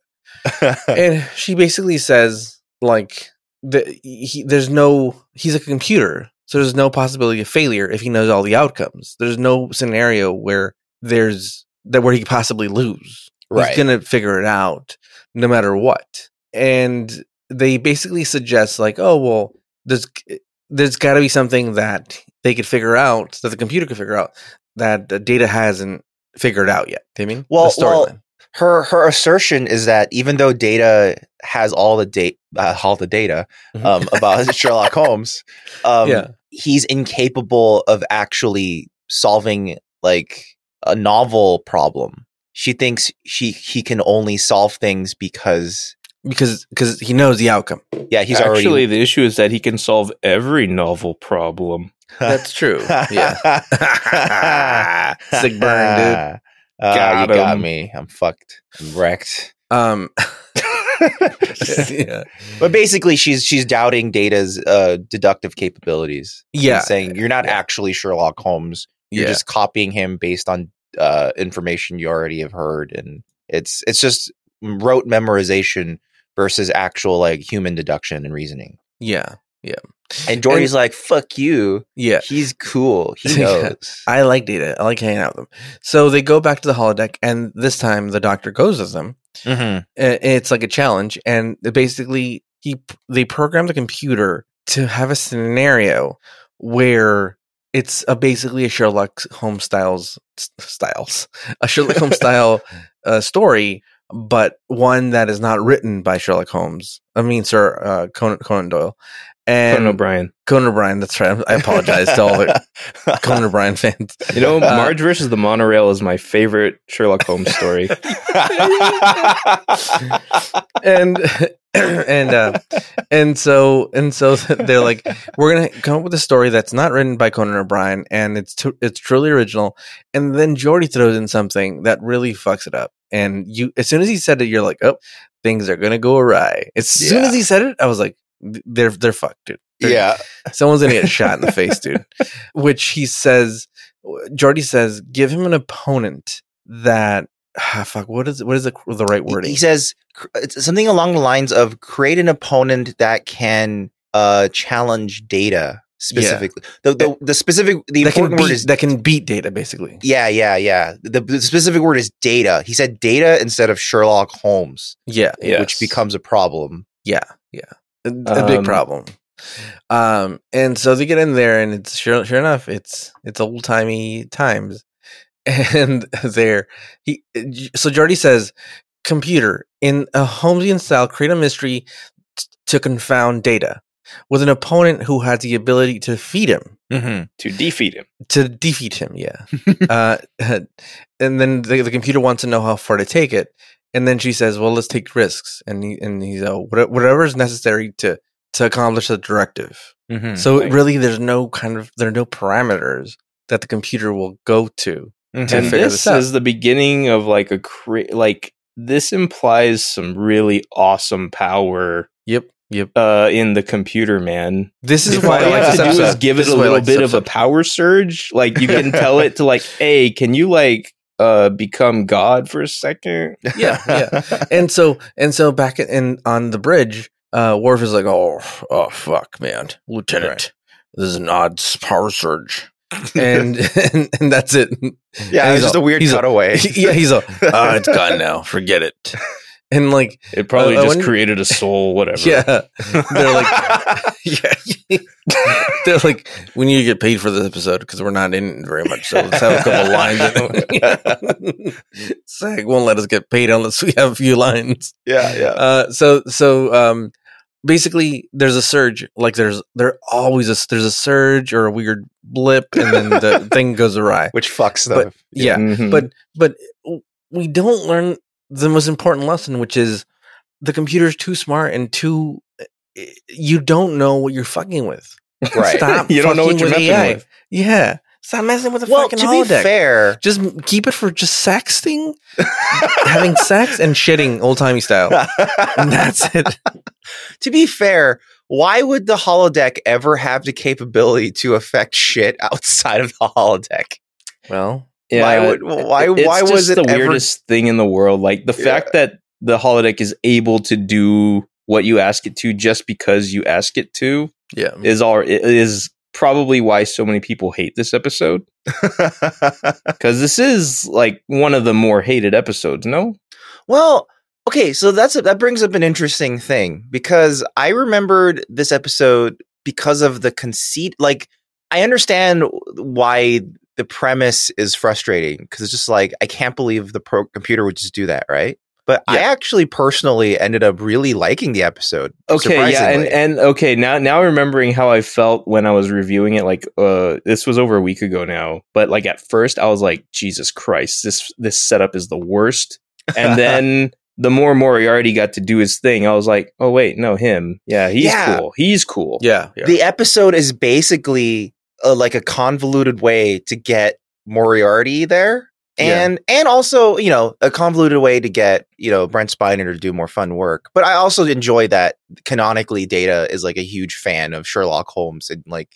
Speaker 2: and she basically says like the, he, there's no he's a computer so there's no possibility of failure if he knows all the outcomes there's no scenario where there's that where he could possibly lose
Speaker 1: right.
Speaker 2: he's gonna figure it out no matter what and they basically suggest like oh well there's eh, there's got to be something that they could figure out that the computer could figure out that the data hasn't figured out yet Do you mean
Speaker 1: Well-
Speaker 2: the
Speaker 1: well,
Speaker 2: storyline.
Speaker 1: her her assertion is that even though data has all the date uh, all the data
Speaker 2: Mhm.
Speaker 1: um, about Sherlock Holmes, um,
Speaker 2: Yeah.
Speaker 1: he's incapable of actually solving like a novel problem. She thinks she he can only solve things because
Speaker 2: because because he knows the outcome
Speaker 1: yeah he's
Speaker 3: Actually,
Speaker 1: already
Speaker 3: the issue is that he can solve every novel problem.
Speaker 2: That's true. Yeah. Sick burn,
Speaker 1: dude. Uh, you
Speaker 3: Got
Speaker 1: got
Speaker 3: him.
Speaker 1: me. I'm fucked. I'm wrecked.
Speaker 2: Um. yeah.
Speaker 1: But basically, she's she's doubting Data's uh, deductive capabilities. She's
Speaker 2: Yeah.
Speaker 1: saying you're not
Speaker 2: Yeah.
Speaker 1: actually Sherlock Holmes. You're
Speaker 2: Yeah.
Speaker 1: just copying him based on uh, information you already have heard, and it's it's just rote memorization versus actual like human deduction and reasoning.
Speaker 2: Yeah.
Speaker 1: And Dory's like, "Fuck you.
Speaker 2: Yeah.
Speaker 1: He's cool. He
Speaker 2: Yeah.
Speaker 1: knows."
Speaker 2: I like data. I like hanging out with them. So they go back to the holodeck, and this time the doctor goes with them.
Speaker 1: Mhm.
Speaker 2: Uh, It's like a challenge, and they basically he they program the computer to have a scenario where it's a basically a Sherlock Holmes styles styles a Sherlock Holmes style uh, story, but one that is not written by Sherlock Holmes. I mean, Sir uh, Conan, Conan Doyle. And
Speaker 3: Conan O'Brien.
Speaker 2: Conan O'Brien. That's right. I apologize to all the Conan O'Brien fans.
Speaker 3: You know,
Speaker 2: Uh,
Speaker 3: Marge versus the monorail is my favorite Sherlock Holmes story.
Speaker 2: And and uh, and so and so they're like, we're gonna come up with a story that's not written by Conan O'Brien, and it's tru- it's truly original. And then Jordy throws in something that really fucks it up. And you, as soon as he said it, you're like, oh, things are gonna go awry. As soon
Speaker 1: Yeah.
Speaker 2: as he said it, I was like, they're they're fucked, dude. They're-
Speaker 1: yeah.
Speaker 2: Someone's gonna get shot in the face, dude. Which he says, Jordy says, give him an opponent that ah, fuck. What is what is the the right
Speaker 1: He-
Speaker 2: wording?
Speaker 1: He says cr- it's something along the lines of create an opponent that can uh, challenge data specifically. The, the the specific the
Speaker 2: that can
Speaker 1: important
Speaker 2: beat
Speaker 1: word is
Speaker 2: that can beat data basically.
Speaker 1: yeah yeah yeah. The, the specific word is data. He said data instead of Sherlock Holmes,
Speaker 2: Yeah,
Speaker 3: Yes.
Speaker 1: which becomes a problem.
Speaker 2: a, a big
Speaker 3: Um,
Speaker 2: problem. Um, and so they get in there, and it's sure sure enough, it's it's old timey times, and there he so Jordy says, computer in a Holmesian style, create a mystery t- to confound data with an opponent who has the ability to defeat him. Mm-hmm.
Speaker 3: to defeat him.
Speaker 2: to defeat him yeah uh, and then the, the computer wants to know how far to take it and then she says well let's take risks and he, and he's uh, "What- whatever is necessary to to accomplish the directive
Speaker 1: Mm-hmm.
Speaker 2: so
Speaker 3: Right.
Speaker 2: really there's no kind of there are no parameters that the computer will go to To
Speaker 3: And
Speaker 2: figure
Speaker 3: this,
Speaker 2: this out.
Speaker 3: is the beginning of like a cre- like this implies some really awesome power
Speaker 2: yep yep
Speaker 3: uh, in the computer man.
Speaker 2: this is
Speaker 3: If
Speaker 2: why
Speaker 3: all
Speaker 2: i
Speaker 3: you
Speaker 2: like
Speaker 3: have
Speaker 2: this
Speaker 3: to do is
Speaker 2: episode.
Speaker 3: give
Speaker 2: This
Speaker 3: it a
Speaker 2: is why I
Speaker 3: little
Speaker 2: like this
Speaker 3: bit of a
Speaker 2: episode.
Speaker 3: power surge. Like you can tell it to like, hey, can you like uh become God for a second?
Speaker 2: yeah yeah and so and so back in on the bridge uh Worf is like oh oh fuck man lieutenant this is an odd power surge and, and and that's it.
Speaker 1: Yeah,
Speaker 2: And
Speaker 1: it
Speaker 2: he's
Speaker 1: was just a weird
Speaker 2: he's
Speaker 1: cutaway.
Speaker 2: yeah, he's a. Ah, it's gone now. Forget it. And like,
Speaker 3: It probably
Speaker 2: Uh, I
Speaker 3: just
Speaker 2: wonder-
Speaker 3: created a soul, whatever.
Speaker 2: yeah, they're like, yeah, they're like, we need to get paid for this episode because we're not in it very much. So let's have a couple lines. SAG won't let us get paid unless we have a few lines.
Speaker 1: yeah, yeah.
Speaker 2: Uh, so so um basically there's a surge like there's there always a there's a surge or a weird blip and then the thing goes awry
Speaker 1: Which fucks them.
Speaker 2: but yeah
Speaker 3: Mhm.
Speaker 2: but but we don't learn the most important lesson which is the computer's too smart and too eh, you don't know what you're fucking with
Speaker 1: right.
Speaker 2: stop
Speaker 3: you don't know what
Speaker 2: fucking
Speaker 3: you're
Speaker 2: with
Speaker 3: messing
Speaker 2: AI.
Speaker 3: with.
Speaker 2: yeah stop messing with the
Speaker 1: well, to
Speaker 2: fucking
Speaker 1: be
Speaker 2: holodeck
Speaker 1: fair,
Speaker 2: just m- keep it for just sex thing having sex and shitting old timey style and that's it
Speaker 1: to be fair, why would the holodeck ever have the capability to affect shit outside of the holodeck?
Speaker 2: well
Speaker 1: Why would why
Speaker 3: It's
Speaker 1: why was
Speaker 3: just
Speaker 1: it
Speaker 3: the
Speaker 1: ever-
Speaker 3: weirdest thing in the world? Like the
Speaker 1: Yeah.
Speaker 3: fact that the holodeck is able to do what you ask it to just because you ask it to
Speaker 2: yeah
Speaker 1: Mm-hmm.
Speaker 3: is all is probably why so many people hate this episode because this is like one of the more hated episodes. No,
Speaker 1: Well, okay, so that's that brings up an interesting thing because I remembered this episode because of the conceit. Like, I understand why the premise is frustrating because it's just like I can't believe the pro- computer would just do that, right? But I actually personally ended up really liking the episode.
Speaker 3: okay yeah and,
Speaker 1: surprisingly.
Speaker 3: and okay now now remembering how i felt when i was reviewing it like uh this was over a week ago now but like at first i was like jesus christ this this setup is the worst and then the more moriarty got to do his thing i was like oh wait no him yeah he's
Speaker 1: Yeah.
Speaker 3: cool he's cool
Speaker 2: yeah, yeah.
Speaker 1: the episode is basically uh, like a convoluted way to get Moriarty there, and and also you know a convoluted way to get you know Brent Spiner to do more fun work. But I also enjoy that canonically Data is like a huge fan of Sherlock Holmes and like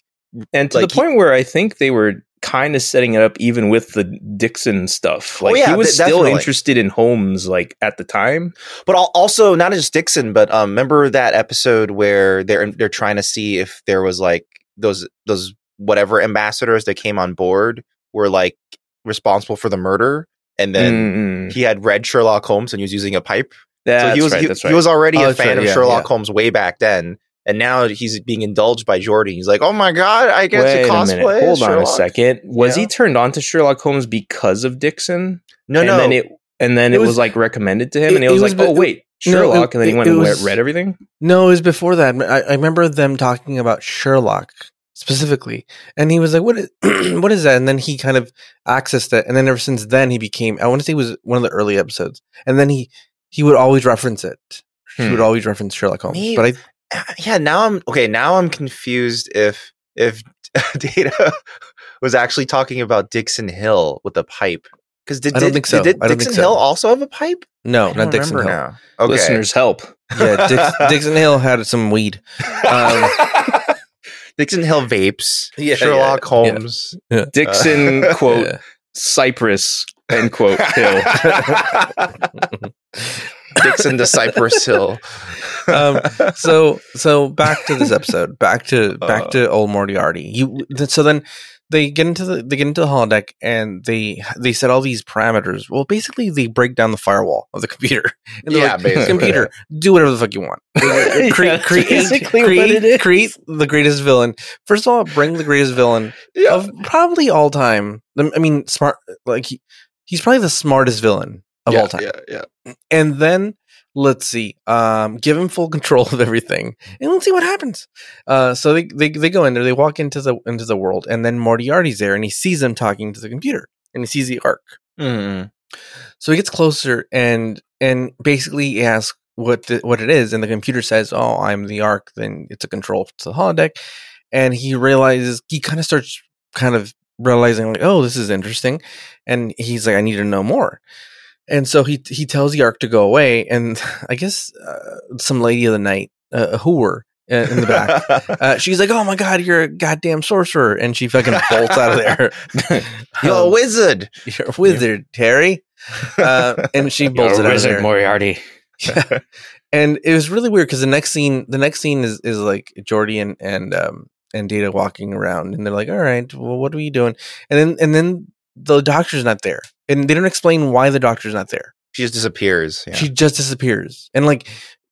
Speaker 3: and to
Speaker 1: Like,
Speaker 3: the
Speaker 1: he-
Speaker 3: point where i think they were kind of setting it up even with the dixon stuff
Speaker 1: Oh,
Speaker 3: like
Speaker 1: yeah,
Speaker 3: he was
Speaker 1: de-
Speaker 3: still
Speaker 1: definitely.
Speaker 3: interested in holmes like at the time
Speaker 1: But al- also not just Dixon, but um, remember that episode where they're they're trying to see if there was like those those whatever ambassadors that came on board were like responsible for the murder, and then
Speaker 3: Mm, mm.
Speaker 1: he had read Sherlock Holmes and he was using a pipe.
Speaker 3: that's
Speaker 1: so he was
Speaker 3: right
Speaker 1: he,
Speaker 3: that's
Speaker 1: he
Speaker 3: right
Speaker 1: was already
Speaker 2: Oh,
Speaker 1: a
Speaker 2: that's
Speaker 1: fan
Speaker 2: right,
Speaker 1: of
Speaker 2: yeah,
Speaker 1: Sherlock
Speaker 2: yeah.
Speaker 1: Holmes way back then, and now he's being indulged by Jordy. He's like, oh my god, I get
Speaker 3: Wait
Speaker 1: to
Speaker 3: a
Speaker 1: cosplay.
Speaker 3: minute.
Speaker 1: as
Speaker 3: Hold on a
Speaker 1: Sherlock."
Speaker 3: second. Was
Speaker 1: Yeah.
Speaker 3: he turned on to Sherlock Holmes because of Dixon?
Speaker 1: No,
Speaker 3: and
Speaker 1: no.
Speaker 3: then it and then
Speaker 2: It
Speaker 3: it, was,
Speaker 2: was-
Speaker 3: like recommended to him,
Speaker 2: it-
Speaker 3: and it
Speaker 2: it
Speaker 3: was,
Speaker 2: was
Speaker 3: like, oh
Speaker 2: be-
Speaker 3: wait,
Speaker 2: no, it-
Speaker 3: Sherlock, and then he
Speaker 2: it-
Speaker 3: went
Speaker 2: it
Speaker 3: and
Speaker 2: was-
Speaker 3: read, read everything.
Speaker 2: No, it was before that. I, I remember them talking about Sherlock specifically, and he was like, "What is what is that?" And then he kind of accessed it, and then ever since then he became. I want to say it was one of the early episodes, and then he he would always reference it. He
Speaker 3: Hmm.
Speaker 2: would always reference Sherlock Holmes,
Speaker 1: Me-
Speaker 2: but I
Speaker 1: Ah, yeah, now I'm okay. Now I'm confused if if Data was actually talking about Dixon Hill with a pipe because did,
Speaker 2: I don't
Speaker 1: did-
Speaker 2: think so.
Speaker 1: Did
Speaker 2: I don't think
Speaker 1: Dixon
Speaker 2: so.
Speaker 1: Hill also have a pipe? I
Speaker 2: no, not
Speaker 1: don't
Speaker 2: Dixon Hill.
Speaker 1: remember now. Okay.
Speaker 3: Listeners, help!
Speaker 2: Yeah, Dix, Dixon Hill had some weed. um,
Speaker 1: Dixon Hill vapes.
Speaker 2: Yeah,
Speaker 1: Sherlock
Speaker 2: yeah.
Speaker 1: Holmes.
Speaker 3: Dixon
Speaker 1: Uh,
Speaker 3: quote
Speaker 2: Yeah.
Speaker 3: Cypress end quote Hill.
Speaker 1: Dixon to Cypress Hill.
Speaker 2: Um, so so back to this episode back to back
Speaker 3: Uh.
Speaker 2: to old moriarty you th- so then they get into the they get into the holodeck and they they set all these parameters well basically they break down the firewall of the computer and they're
Speaker 1: yeah,
Speaker 2: like,
Speaker 1: basically.
Speaker 2: computer do whatever the fuck you want
Speaker 3: Yeah,
Speaker 2: Cre-
Speaker 3: that's
Speaker 2: create,
Speaker 3: basically
Speaker 2: create,
Speaker 3: what it is.
Speaker 2: create the greatest villain first of all bring the greatest villain
Speaker 1: Yeah.
Speaker 2: of probably all time i mean smart like he, he's probably the smartest villain of
Speaker 1: yeah,
Speaker 2: all time
Speaker 1: Yeah, yeah.
Speaker 2: and then let's see um give him full control of everything and let's see what happens uh so they, they they go in there they walk into the into the world and then moriarty's there and he sees them talking to the computer and he sees the arc
Speaker 1: Mm.
Speaker 2: so he gets closer and and basically he asks what the, what it is and the computer says oh i'm the arc then it's a control to the holodeck and he realizes he kind of starts kind of realizing like oh this is interesting and he's like i need to know more and so he he tells the arc to go away and i guess uh, some lady of the night uh, a whore uh, in the back uh, she's like oh my god you're a goddamn sorcerer and she fucking bolts out of there
Speaker 1: Yo,
Speaker 2: Um,
Speaker 1: wizard.
Speaker 2: you're a wizard terry uh, and she bolts it out of there.
Speaker 3: Moriarty.
Speaker 2: Yeah. and it was really weird because the next scene, the next scene is is like Jordy and and um, and Data walking around, and they're like, "All right, well, what are you doing?" And then and then the doctor's not there, and they don't explain why the doctor's not there.
Speaker 1: She just disappears. Yeah.
Speaker 2: She just disappears, and like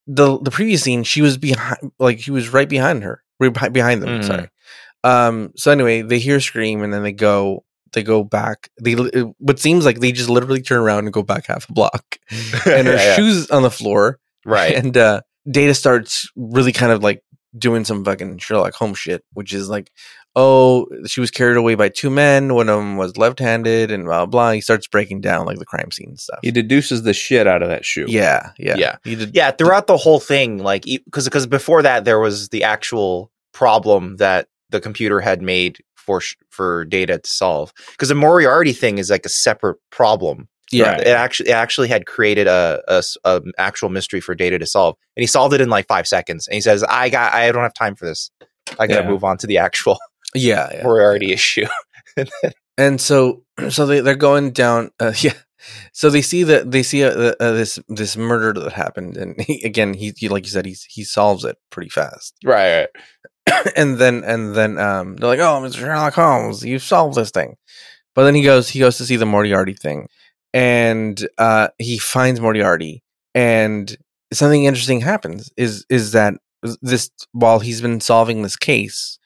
Speaker 2: the the previous scene, she was behind, like he was right behind her, right behi- behind them.
Speaker 3: Mhm.
Speaker 2: Sorry.
Speaker 1: Mm-hmm.
Speaker 2: Um. So anyway, they hear a scream, and then they go. They go back. They li- what seems like they just literally turn around and go back half a block, and her
Speaker 1: Yeah, yeah.
Speaker 2: shoes on the floor.
Speaker 1: Right.
Speaker 2: And uh, Data starts really kind of like doing some fucking Sherlock Holmes shit, which is like, oh, she was carried away by two men. One of them was left handed and blah, blah. He starts breaking down like the crime scene and stuff.
Speaker 3: He deduces the shit out of that shoe.
Speaker 2: yeah, yeah.
Speaker 1: Yeah.
Speaker 2: He did,
Speaker 1: yeah throughout the whole thing like because because before that there was the actual problem that the computer had made for sh- for data to solve because the moriarty thing is like a separate problem
Speaker 2: yeah.
Speaker 3: Right.
Speaker 1: it actually it actually had created a, a s- a actual mystery for data to solve and he solved it in like five seconds and he says i got i don't have time for this i gotta
Speaker 3: Yeah.
Speaker 1: move on to the actual
Speaker 2: Yeah. yeah.
Speaker 1: moriarty issue
Speaker 2: and so so they, they're going down uh, yeah so they see that they see uh, uh, this this murder that happened and he, again he, he like you said he's, he solves it pretty fast
Speaker 3: Right. right.
Speaker 2: and then and then um they're like, "Oh, Mr. Sherlock Holmes, you solved this thing." But then he goes he goes to see the Moriarty thing, and uh he finds Moriarty, and something interesting happens. Is is that this while he's been solving this case,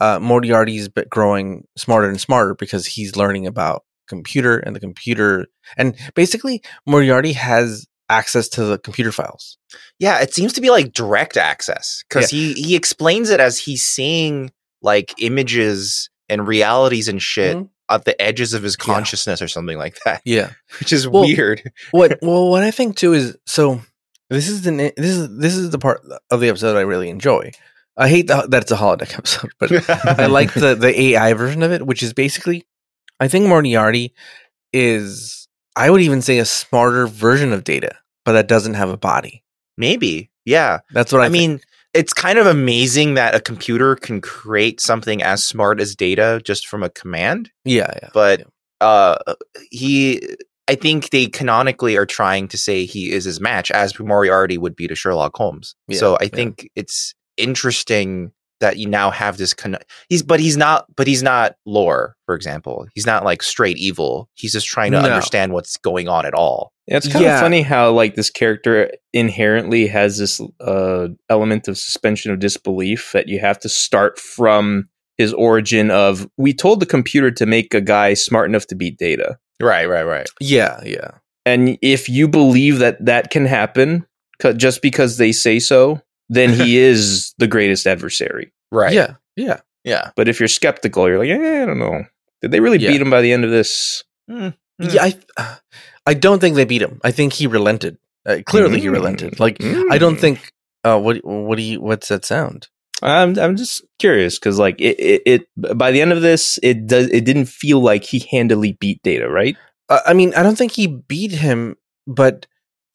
Speaker 2: uh, Moriarty's been growing smarter and smarter because he's learning about computer and the computer, and basically Moriarty has access to the computer files.
Speaker 1: yeah it seems to be like direct access because he he explains it as he's seeing like images and realities and shit
Speaker 2: Mhm.
Speaker 1: at the edges of his
Speaker 2: Yeah.
Speaker 1: consciousness or something like that,
Speaker 2: Yeah.
Speaker 1: which is
Speaker 2: Well,
Speaker 1: weird.
Speaker 2: what well what I think too is so this is the na- this is this is the part of the episode I really enjoy. I hate the, that it's a holodeck episode, but I like the the AI version of it, which is basically I think Moriarty is I would even say a smarter version of Data, but that doesn't have a body.
Speaker 1: Maybe, yeah.
Speaker 2: That's what I,
Speaker 1: I
Speaker 2: think.
Speaker 1: mean, it's kind of amazing that a computer can create something as smart as data just from a command.
Speaker 2: Yeah, yeah,
Speaker 1: But uh, he, I think they canonically are trying to say he is his match, as Moriarty would be to Sherlock Holmes.
Speaker 2: Yeah,
Speaker 1: so I
Speaker 2: yeah.
Speaker 1: think it's interesting that you now have this con- he's but he's not but he's not lore for example he's not like straight evil he's just trying to
Speaker 2: No.
Speaker 1: understand what's going on at all
Speaker 3: Yeah, it's kind
Speaker 2: Yeah.
Speaker 3: of funny how like this character inherently has this uh, element of suspension of disbelief that you have to start from his origin of we told the computer to make a guy smart enough to beat data.
Speaker 1: right right right
Speaker 2: yeah, yeah,
Speaker 3: And if you believe that that can happen c- just because they say so, then he is the greatest adversary.
Speaker 1: right
Speaker 2: yeah, yeah.
Speaker 1: yeah
Speaker 3: But if you're skeptical, you're like, eh, I don't know. Did they really
Speaker 2: Yeah.
Speaker 3: beat him by the end of this?
Speaker 1: Mm.
Speaker 2: Yeah, I, I don't think they beat him. I think he relented. Uh, clearly, he
Speaker 3: Mm.
Speaker 1: Hmm.
Speaker 2: relented. Like I don't think. Uh, what what do you? What's that sound?
Speaker 3: I'm I'm just curious because like it, it it by the end of this it does it didn't feel like he handily beat Data right
Speaker 2: I I mean, I don't think he beat him, but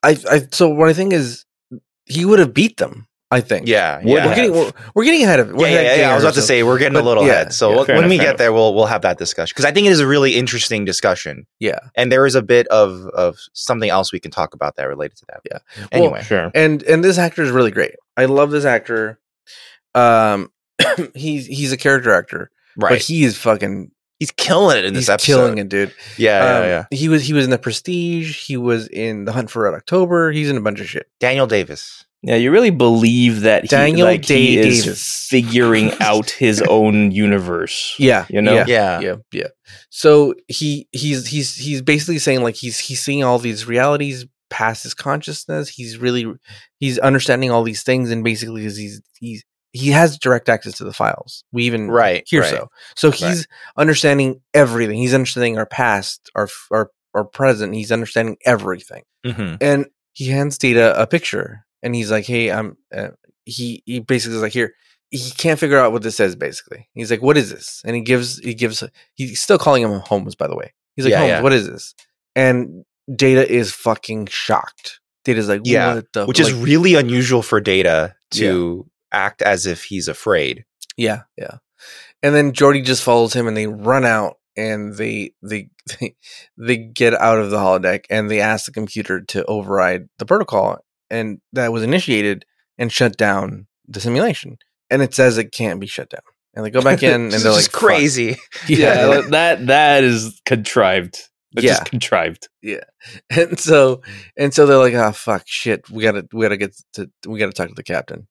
Speaker 2: I, I so what I think is he would have beat them. I think.
Speaker 1: yeah
Speaker 3: Would
Speaker 1: yeah.
Speaker 2: We're getting we're, we're getting ahead of it. We're
Speaker 1: Yeah, yeah, yeah,
Speaker 2: getting
Speaker 1: yeah, I was about to
Speaker 2: ourselves-
Speaker 1: say we're getting
Speaker 2: But
Speaker 1: a little
Speaker 2: yeah,
Speaker 1: ahead. So
Speaker 2: yeah.
Speaker 1: when
Speaker 3: Fair
Speaker 1: we
Speaker 3: enough, fair
Speaker 1: get there, we'll we'll have that discussion because I think it is a really interesting discussion,
Speaker 2: Yeah.
Speaker 1: and there is a bit of of something else we can talk about that related to that.
Speaker 2: Yeah. Well,
Speaker 1: Anyway,
Speaker 3: sure
Speaker 2: And and this actor is really great. I love this actor. Um he's he's a character actor,
Speaker 1: right?
Speaker 2: but he is fucking
Speaker 1: he's killing it in this
Speaker 2: he's
Speaker 1: episode.
Speaker 2: killing it, dude.
Speaker 1: Yeah, yeah,
Speaker 2: Um,
Speaker 1: yeah.
Speaker 2: He was he was in The Prestige, he was in The Hunt for Red October, he's in a bunch of shit.
Speaker 1: Daniel Davis.
Speaker 3: yeah you really believe that
Speaker 2: Daniel
Speaker 3: he, like, he
Speaker 2: Day
Speaker 3: is
Speaker 2: Davis.
Speaker 3: figuring out his own universe
Speaker 2: Yeah.
Speaker 3: You know?
Speaker 2: yeah.
Speaker 1: Yeah,
Speaker 2: yeah yeah so he he's he's he's basically saying like he's he's seeing all these realities past his consciousness he's really he's understanding all these things and basically is he's he's he has direct access to the files we even
Speaker 1: Right,
Speaker 2: here
Speaker 1: right.
Speaker 2: so so he's understanding everything he's understanding our past our f- our our present he's understanding everything
Speaker 1: Mhm.
Speaker 2: and he hands data a picture and he's like hey i'm uh, he he basically is like here he can't figure out what this says basically he's like what is this and he gives he gives he's still calling him holmes by the way he's like
Speaker 1: Yeah,
Speaker 2: holmes
Speaker 1: yeah.
Speaker 2: what is this and data is fucking shocked data's like
Speaker 1: Yeah,
Speaker 2: what the
Speaker 1: which is
Speaker 2: Uh, like-
Speaker 1: really unusual for Data to act as if he's afraid.
Speaker 2: yeah yeah and then jordy just follows him and they run out and they they they, they get out of the holodeck and they ask the computer to override the protocol and that was initiated and shut down the simulation and it says it can't be shut down and they go back in and
Speaker 1: It's
Speaker 2: they're like
Speaker 1: just crazy.
Speaker 2: "Fuck."
Speaker 3: Yeah,
Speaker 2: Yeah,
Speaker 3: that that is contrived. That's
Speaker 2: Yeah.
Speaker 3: just contrived.
Speaker 2: and so and so they're like, "Ah, fuck, shit, we gotta we gotta get to we gotta talk to the captain."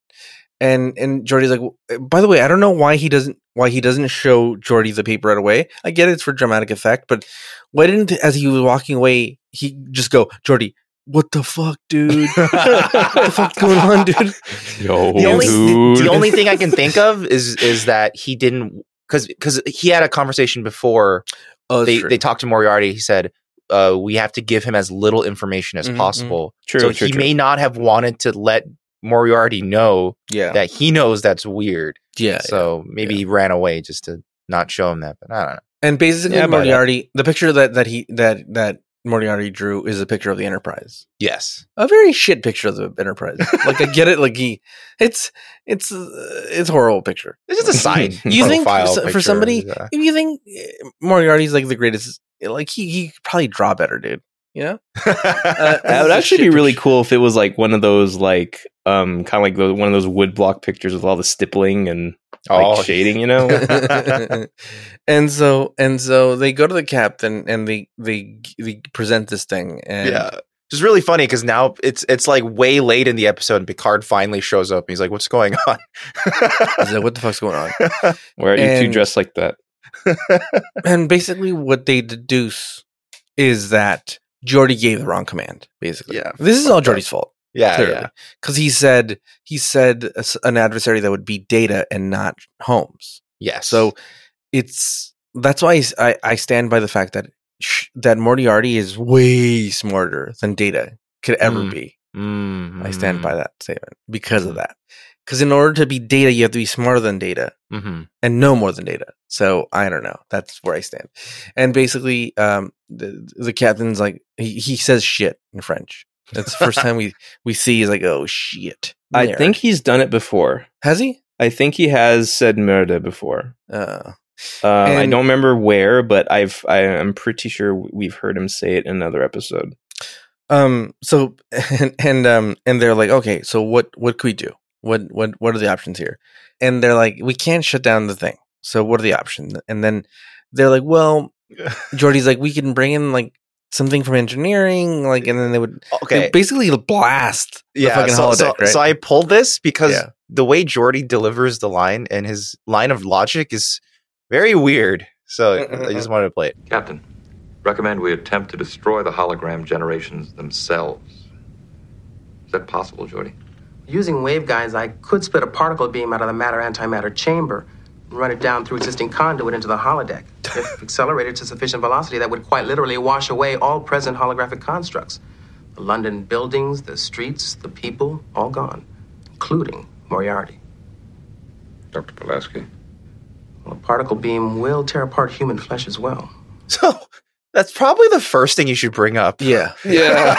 Speaker 2: And and Jordy's like, "Well, "By the way, I don't know why he doesn't why he doesn't show Jordy the paper right away. I get it's for dramatic effect, but why didn't as he was walking away he just go, Jordy, what the fuck, dude? what the fuck's going on, dude?
Speaker 3: Yo,
Speaker 1: the only
Speaker 3: dude.
Speaker 1: the only thing I can think of is is that he didn't because because he had a conversation before
Speaker 2: Oh,
Speaker 1: they they talked to Moriarty. He said uh, we have to give him as little information as
Speaker 2: Mhm, mhm.
Speaker 1: possible.
Speaker 3: true,
Speaker 1: so
Speaker 3: true,
Speaker 1: he
Speaker 3: true.
Speaker 1: may not have wanted to let Moriarty know
Speaker 2: yeah,
Speaker 1: that he knows that's weird.
Speaker 2: yeah,
Speaker 1: so maybe he ran away just to not show him that. But I don't know.
Speaker 2: And basically,
Speaker 3: Yeah, I buy that.
Speaker 2: Moriarty, the picture that that he that that Moriarty drew is a picture of the Enterprise.
Speaker 1: Yes,
Speaker 2: A very shit picture of the Enterprise. Like I get it. Like he, it's it's uh, it's a horrible picture.
Speaker 1: it's just a side
Speaker 2: You think
Speaker 1: profile
Speaker 2: so- for
Speaker 1: picture,
Speaker 2: somebody-
Speaker 1: uh,
Speaker 2: If you think uh, Moriarty's like the greatest, like he he could probably draw better, dude. You know,
Speaker 3: that
Speaker 2: This
Speaker 3: would
Speaker 1: uh,
Speaker 2: is a
Speaker 3: actually be
Speaker 2: shit
Speaker 3: really
Speaker 2: picture.
Speaker 3: cool if it was like one of those like um kind of like the, one of those wood block pictures with all the stippling and like
Speaker 1: Oh,
Speaker 3: shading, you know?
Speaker 2: and so and so they go to the captain and they they they present this thing and
Speaker 1: yeah. Which is really funny because now it's it's like way late in the episode and Picard finally shows up and he's like, What's going on?
Speaker 2: he's like, what the fuck's going on?
Speaker 3: Why are you two
Speaker 2: And-
Speaker 3: dressed like that?
Speaker 2: and basically what they deduce is that Jordy gave the wrong command. Basically,
Speaker 1: Yeah,
Speaker 2: this is
Speaker 1: fucked
Speaker 2: all
Speaker 1: up.
Speaker 2: Jordy's fault.
Speaker 1: yeah,
Speaker 2: Clearly,
Speaker 1: yeah.
Speaker 2: because he said he said a s- an adversary that would be Data and not Holmes.
Speaker 1: Yes.
Speaker 2: So it's that's why s- I, I stand by the fact that sh- that Moriarty is way smarter than Data could ever
Speaker 1: Mm.
Speaker 2: be.
Speaker 1: Mm,
Speaker 2: I stand by that statement because of that. Because in order to be Data, you have to be smarter than Data
Speaker 1: mhm.
Speaker 2: and no more than data. So I don't know. That's where I stand. And basically, um, the, the captain's like he, he says shit in French. That's the first time we we see. He's like, oh shit.
Speaker 3: I
Speaker 2: Nerd.
Speaker 3: think he's done it before.
Speaker 2: has he.
Speaker 3: I think he has said murder before.
Speaker 2: Uh,
Speaker 3: Uh, I
Speaker 2: And-
Speaker 3: don't remember where, but I've I, I'm pretty sure we've heard him say it in another episode.
Speaker 2: um. So and, and um and they're like, okay. So what what could we do? What what what are the options here? And they're like, we can't shut down the thing. So what are the options? And then they're like, well, Jordy's like, we can bring in like something from engineering, like, and then they would
Speaker 1: Okay.
Speaker 2: basically blast the
Speaker 1: yeah.
Speaker 2: fucking
Speaker 1: so,
Speaker 2: holodeck,
Speaker 1: so,
Speaker 2: right?
Speaker 1: so I pulled this because
Speaker 2: Yeah.
Speaker 1: the way Jordy delivers the line and his line of logic is very weird. So I just wanted to play it.
Speaker 5: Captain, recommend we attempt to destroy the hologram generations themselves. Is that possible, Jordy?
Speaker 6: Using waveguides, I could split a particle beam out of the matter antimatter chamber and run it down through existing conduit into the holodeck. If accelerated to sufficient velocity, that would quite literally wash away all present holographic constructs. The London buildings, the streets, the people, all gone, including Moriarty.
Speaker 5: Dr. Pulaski?
Speaker 6: Well, a particle beam will tear apart human flesh as well.
Speaker 1: So that's probably the first thing you should bring up.
Speaker 2: yeah.
Speaker 1: Yeah.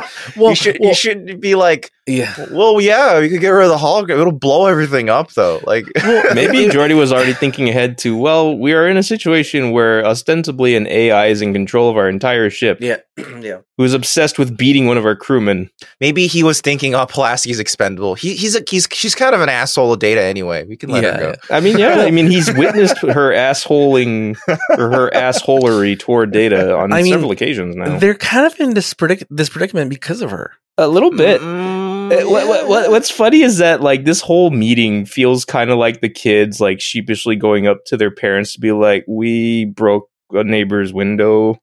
Speaker 2: Well,
Speaker 1: you should
Speaker 2: well,
Speaker 1: you should be like,
Speaker 2: yeah.
Speaker 1: well, yeah, we could get rid of the hologram. It'll blow everything up though. Like
Speaker 3: Maybe Jordy was already thinking ahead to, well, we are in a situation where ostensibly an AI is in control of our entire ship,
Speaker 2: Yeah. yeah.
Speaker 3: who's obsessed with beating one of our crewmen.
Speaker 1: maybe he was thinking, oh, Pulaski's expendable. He, he's a, he's she's kind of an asshole of data anyway. We can let
Speaker 2: Yeah,
Speaker 1: her go.
Speaker 2: yeah.
Speaker 3: I mean, yeah, I mean, he's witnessed her assholing or her assholery toward data on
Speaker 2: I mean,
Speaker 3: several occasions now.
Speaker 2: They're kind of in this, predic- this predicament because of her.
Speaker 3: A little
Speaker 2: Mm-hmm.
Speaker 3: bit.
Speaker 1: Mm,
Speaker 3: Uh, what, what, what,
Speaker 1: yeah.
Speaker 3: what's funny is that like this whole meeting feels kind of like the kids like sheepishly going up to their parents to be like, "We broke a neighbor's window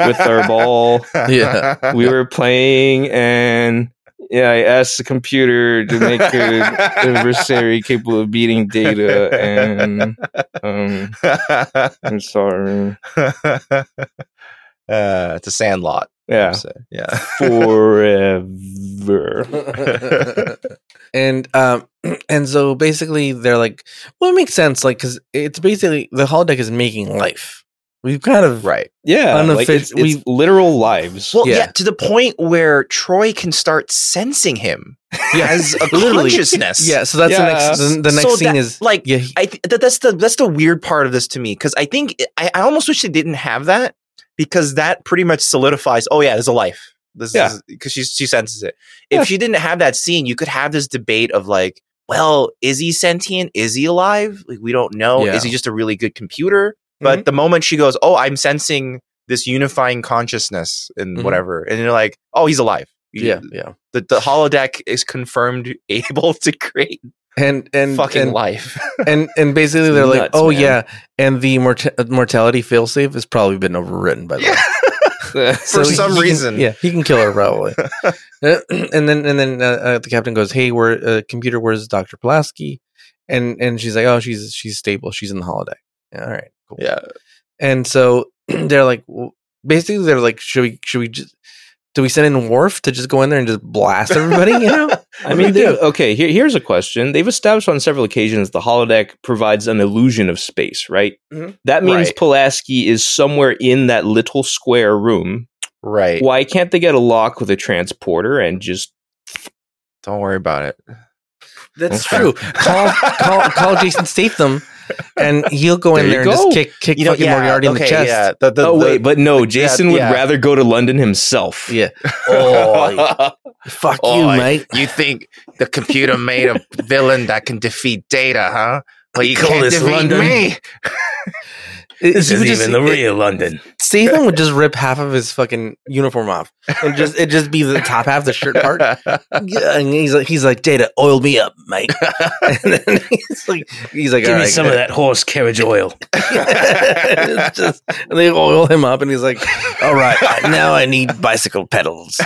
Speaker 3: with our ball.
Speaker 2: Yeah.
Speaker 3: We were playing, and yeah, I asked the computer to make an adversary capable of beating data, and um, I'm sorry,
Speaker 1: Uh, it's a sandlot.
Speaker 3: yeah,
Speaker 1: so, yeah.
Speaker 3: forever."
Speaker 2: and um and so basically they're like, well, it makes sense, like because it's basically the holodeck is making life. We've kind of
Speaker 1: Right.
Speaker 3: Yeah,
Speaker 2: Unoffic-
Speaker 3: like it's, it's
Speaker 2: we-
Speaker 3: literal lives.
Speaker 1: Well, yeah.
Speaker 2: Yeah.
Speaker 1: to the point where Troy can start sensing him as a
Speaker 2: Literally.
Speaker 1: consciousness.
Speaker 2: Yeah. So that's
Speaker 3: Yeah.
Speaker 2: the next. The, the next
Speaker 1: So
Speaker 2: scene
Speaker 1: that-
Speaker 2: is
Speaker 1: like,
Speaker 2: yeah. he-
Speaker 1: I th- that, that's the that's the weird part of this to me because I think I, I almost wish they didn't have that because that pretty much solidifies. Oh yeah, there's a life. This
Speaker 3: Yeah.
Speaker 1: is because she she senses it.
Speaker 3: Yeah.
Speaker 1: If she didn't have that scene, you could have this debate of like, well, is he sentient? Is he alive? Like we don't know.
Speaker 2: Yeah. Mm-hmm.
Speaker 1: Is he just a really good computer? But the moment she goes, oh, I'm sensing this unifying consciousness and
Speaker 2: Mhm.
Speaker 1: whatever, and you're like, oh, he's alive. You-
Speaker 2: yeah, yeah,
Speaker 1: The, the holodeck is confirmed able to create
Speaker 2: and and
Speaker 1: fucking
Speaker 2: and,
Speaker 1: life.
Speaker 2: and and basically they're like,
Speaker 3: Nuts,
Speaker 2: oh
Speaker 3: man.
Speaker 2: yeah, and the mort- mortality failsafe has probably been overwritten by the way.
Speaker 1: For
Speaker 2: he-
Speaker 1: some
Speaker 2: he can-
Speaker 1: reason.
Speaker 2: yeah, he can kill her probably. Uh, and then and then uh, uh, the captain goes, "Hey, where uh, computer? Where's Doctor Pulaski?" And and she's like, "Oh, she's she's stable. She's in the holiday." Yeah, all right, cool.
Speaker 1: yeah.
Speaker 2: And so they're like, w- basically, they're like, "Should we? Should we just?" Do we send in Worf to just go in there and just blast everybody? You know,
Speaker 3: I mean, they, okay. Here, here's a question. They've established on several occasions the holodeck provides an illusion of space, right?
Speaker 2: Mhm.
Speaker 3: That means
Speaker 1: Mm-hmm. Right.
Speaker 3: Pulaski is somewhere in that little square room.
Speaker 1: Right.
Speaker 3: Why can't they get a lock with a transporter and just?
Speaker 1: Don't worry about it.
Speaker 2: that's true. Call call call Jason Statham, and he'll go in there
Speaker 3: There
Speaker 2: and
Speaker 3: you
Speaker 2: just
Speaker 3: go.
Speaker 2: kick kick fucking Moriarty in the chest.
Speaker 1: Yeah. The, the,
Speaker 3: oh
Speaker 1: the-
Speaker 3: wait, but no. Jason would
Speaker 1: yeah.
Speaker 3: rather go to London himself.
Speaker 2: Yeah. Fuck
Speaker 1: Oh,
Speaker 2: you,
Speaker 1: I-
Speaker 2: mate.
Speaker 1: You think the computer made a villain that can defeat Data, huh? But you
Speaker 3: Call
Speaker 1: can't
Speaker 3: this
Speaker 1: defeat
Speaker 3: London.
Speaker 1: me.
Speaker 2: He would just- it-
Speaker 3: London.
Speaker 2: Statham would just rip half of his fucking uniform off and just it just be the top half, the shirt part. Yeah, and he's like, he's like, Data, oil me up, mate. And then he's like, he's like, uh, all right.
Speaker 3: that horse carriage oil.
Speaker 2: It's just, and they oil him up, and he's like, all right, uh, now I need bicycle pedals.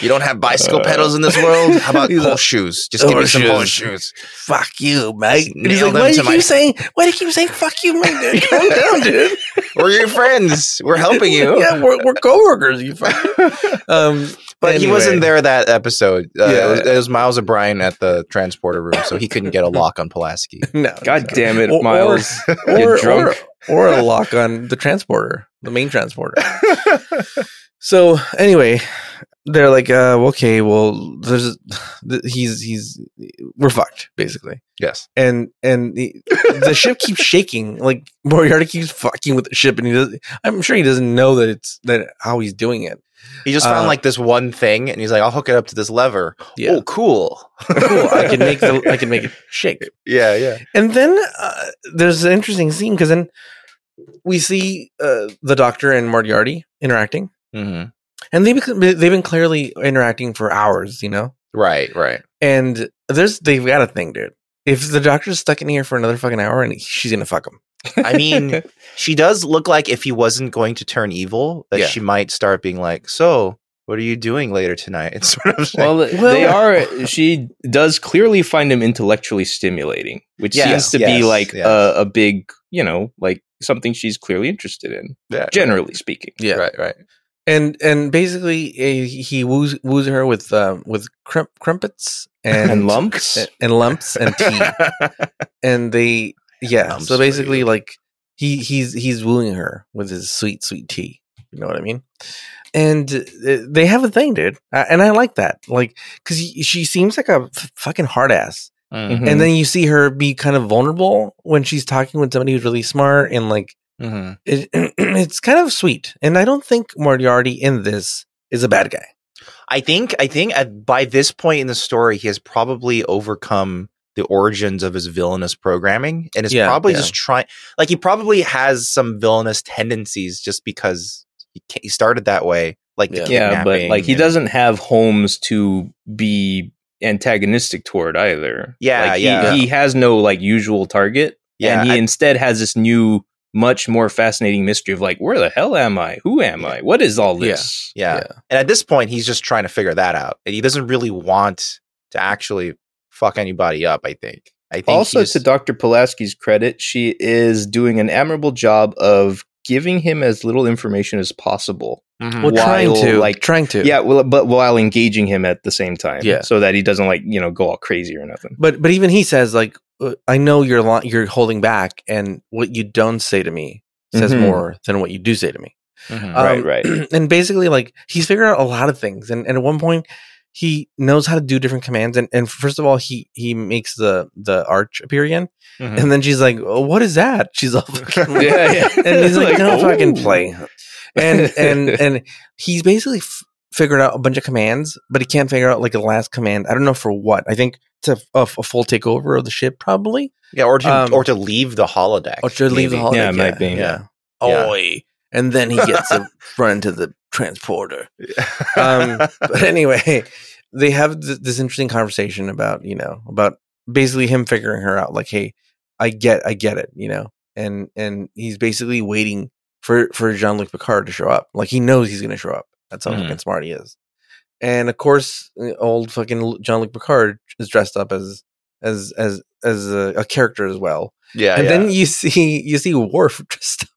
Speaker 1: you don't have bicycle pedals in this world. How about
Speaker 2: He's Oh, like,
Speaker 1: horseshoes? Just give me some
Speaker 2: "Horseshoes."
Speaker 1: horseshoes.
Speaker 2: Fuck you, mate. And he's
Speaker 1: Nail
Speaker 2: like,
Speaker 1: them
Speaker 2: why do
Speaker 1: to
Speaker 2: you
Speaker 1: my-
Speaker 2: keep saying? Why do you keep saying? Fuck you, mate. Dude? Calm down, dude.
Speaker 1: We're your friends. We're helping you.
Speaker 2: yeah, we're, we're coworkers. You fucking. Um,
Speaker 1: But he wasn't
Speaker 2: anyway.
Speaker 1: there that episode. Uh,
Speaker 2: Yeah.
Speaker 1: it, was, it was Miles O'Brien at the transporter room, so he couldn't get a lock on Pulaski.
Speaker 2: No.
Speaker 3: God damn it,
Speaker 2: Or- or-
Speaker 3: Miles.
Speaker 2: or,
Speaker 3: You're drunk.
Speaker 2: Or, or a lock on the transporter, the main transporter. so anyway, they're like, uh, okay, well, there's th- he's he's we're fucked basically,
Speaker 1: Yes.
Speaker 2: and and the, the ship keeps shaking. Like Moriarty keeps fucking with the ship, and he does. I'm sure he doesn't know that it's that how he's doing it.
Speaker 1: He just found
Speaker 2: Uh,
Speaker 1: like this one thing and he's like, I'll hook it up to this lever.
Speaker 2: Yeah,
Speaker 1: Oh, cool.
Speaker 2: cool. I can make the I can make it shake.
Speaker 1: Yeah, yeah.
Speaker 2: And then uh, there's an interesting scene because then we see uh, the doctor and Moriarty interacting,
Speaker 1: hmm
Speaker 2: and they become, they've been clearly interacting for hours, you know.
Speaker 1: Right, right.
Speaker 2: And there's they've got a thing, dude. If the doctor's stuck in here for another fucking hour, and she's gonna fuck him.
Speaker 1: I mean, she does look like if he wasn't going to turn evil, that
Speaker 2: Yeah.
Speaker 1: she might start being like, So, what are you doing later tonight? It's sort of
Speaker 3: Well, they
Speaker 2: Well-
Speaker 3: are. She does clearly find him intellectually stimulating, which
Speaker 1: Yes,
Speaker 3: seems to
Speaker 1: yes,
Speaker 3: be like
Speaker 1: yes.
Speaker 3: a, a big, you know, like something she's clearly interested in,
Speaker 1: yeah,
Speaker 3: generally speaking.
Speaker 2: Yeah,
Speaker 1: Right, right.
Speaker 2: and and basically uh, he woos woos her with um, with crum- crumpets and,
Speaker 3: And, lumps. eh,
Speaker 2: and lumps and tea,
Speaker 1: Mm-hmm.
Speaker 2: and they yeah.
Speaker 1: Lumps
Speaker 2: so
Speaker 1: for
Speaker 2: basically,
Speaker 1: you.
Speaker 2: like he he's he's wooing her with his sweet sweet tea. You know what I mean? And uh, they have a thing, dude, uh, and I like that. Like, because she seems like a f- fucking hard ass,
Speaker 1: Mhm,
Speaker 3: Mm-hmm.
Speaker 2: and then you see her be kind of vulnerable when she's talking with somebody who's really smart and like
Speaker 1: mhm.
Speaker 2: it, it's kind of sweet and i don't think moriarty in this is a bad guy
Speaker 1: I think I think at, by this point in the story, he has probably overcome the origins of his villainous programming and is
Speaker 2: Yeah,
Speaker 1: probably
Speaker 2: yeah.
Speaker 1: just trying like he probably has some villainous tendencies just because he, ca- he started that way like the
Speaker 2: Yeah.
Speaker 3: yeah, but
Speaker 1: kidnapping
Speaker 3: like he
Speaker 1: and-
Speaker 3: doesn't have homes to be antagonistic toward either.
Speaker 1: Yeah,
Speaker 3: Like, he,
Speaker 1: yeah.
Speaker 3: He has no like usual target.
Speaker 1: yeah
Speaker 3: and he
Speaker 1: I-
Speaker 3: instead has this new, much more fascinating mystery of like, where the hell am I? Who am I? What is all
Speaker 2: Yeah.
Speaker 3: this?
Speaker 1: yeah And at this point, he's just trying to figure that out. And he doesn't really want to actually fuck anybody up, I think. I think
Speaker 3: also
Speaker 1: he's-
Speaker 3: to dr pulaski's credit she is doing an admirable job of giving him as little information as possible
Speaker 1: Mhm.
Speaker 2: well trying
Speaker 3: While,
Speaker 2: to like
Speaker 3: like-
Speaker 2: trying to
Speaker 3: yeah well, but while engaging him at the same time
Speaker 2: Yeah.
Speaker 3: so that he doesn't like you know go all crazy or nothing
Speaker 2: but but even he says like uh, i know you're lo- you're holding back and what you don't say to me says
Speaker 3: Mhm.
Speaker 2: more than what you do say to me
Speaker 1: Mhm.
Speaker 2: uh,
Speaker 3: Right, right.
Speaker 2: and basically like he's figured out a lot of things and, and at one point he knows how to do different commands and, and first of all he he makes the the arch appear again
Speaker 1: Mhm.
Speaker 2: And then she's like, oh, "What is that?" She's all, fucking
Speaker 3: Yeah, yeah.
Speaker 2: and he's like,
Speaker 3: Like,
Speaker 2: "Don't fucking
Speaker 3: "Ooh."
Speaker 2: play." And and and he's basically f- figured out a bunch of commands, but he can't figure out like the last command. I don't know for what. I think to a, a full takeover of the ship, probably.
Speaker 1: Yeah, or to
Speaker 2: Um,
Speaker 1: or to leave the holodeck.
Speaker 2: Or to Oh, leave the
Speaker 1: maybe.
Speaker 2: holiday.
Speaker 3: Yeah, it might be.
Speaker 2: Yeah.
Speaker 1: Yeah.
Speaker 2: Oi. And then he gets to run to the transporter. um, but anyway, they have th- this interesting conversation about you know about basically him figuring her out. Like, hey, I get, I get it, you know, and and he's basically waiting for for Jean Luc Picard to show up. Like, he knows he's going to show up. That's how
Speaker 3: Mm-hmm.
Speaker 1: Mhm.
Speaker 2: fucking smart he is. And of course, uh, old fucking Jean Luc Picard is dressed up as as as as a, a character as well.
Speaker 1: yeah,
Speaker 2: and
Speaker 1: yeah.
Speaker 2: then you see you see Worf dressed up.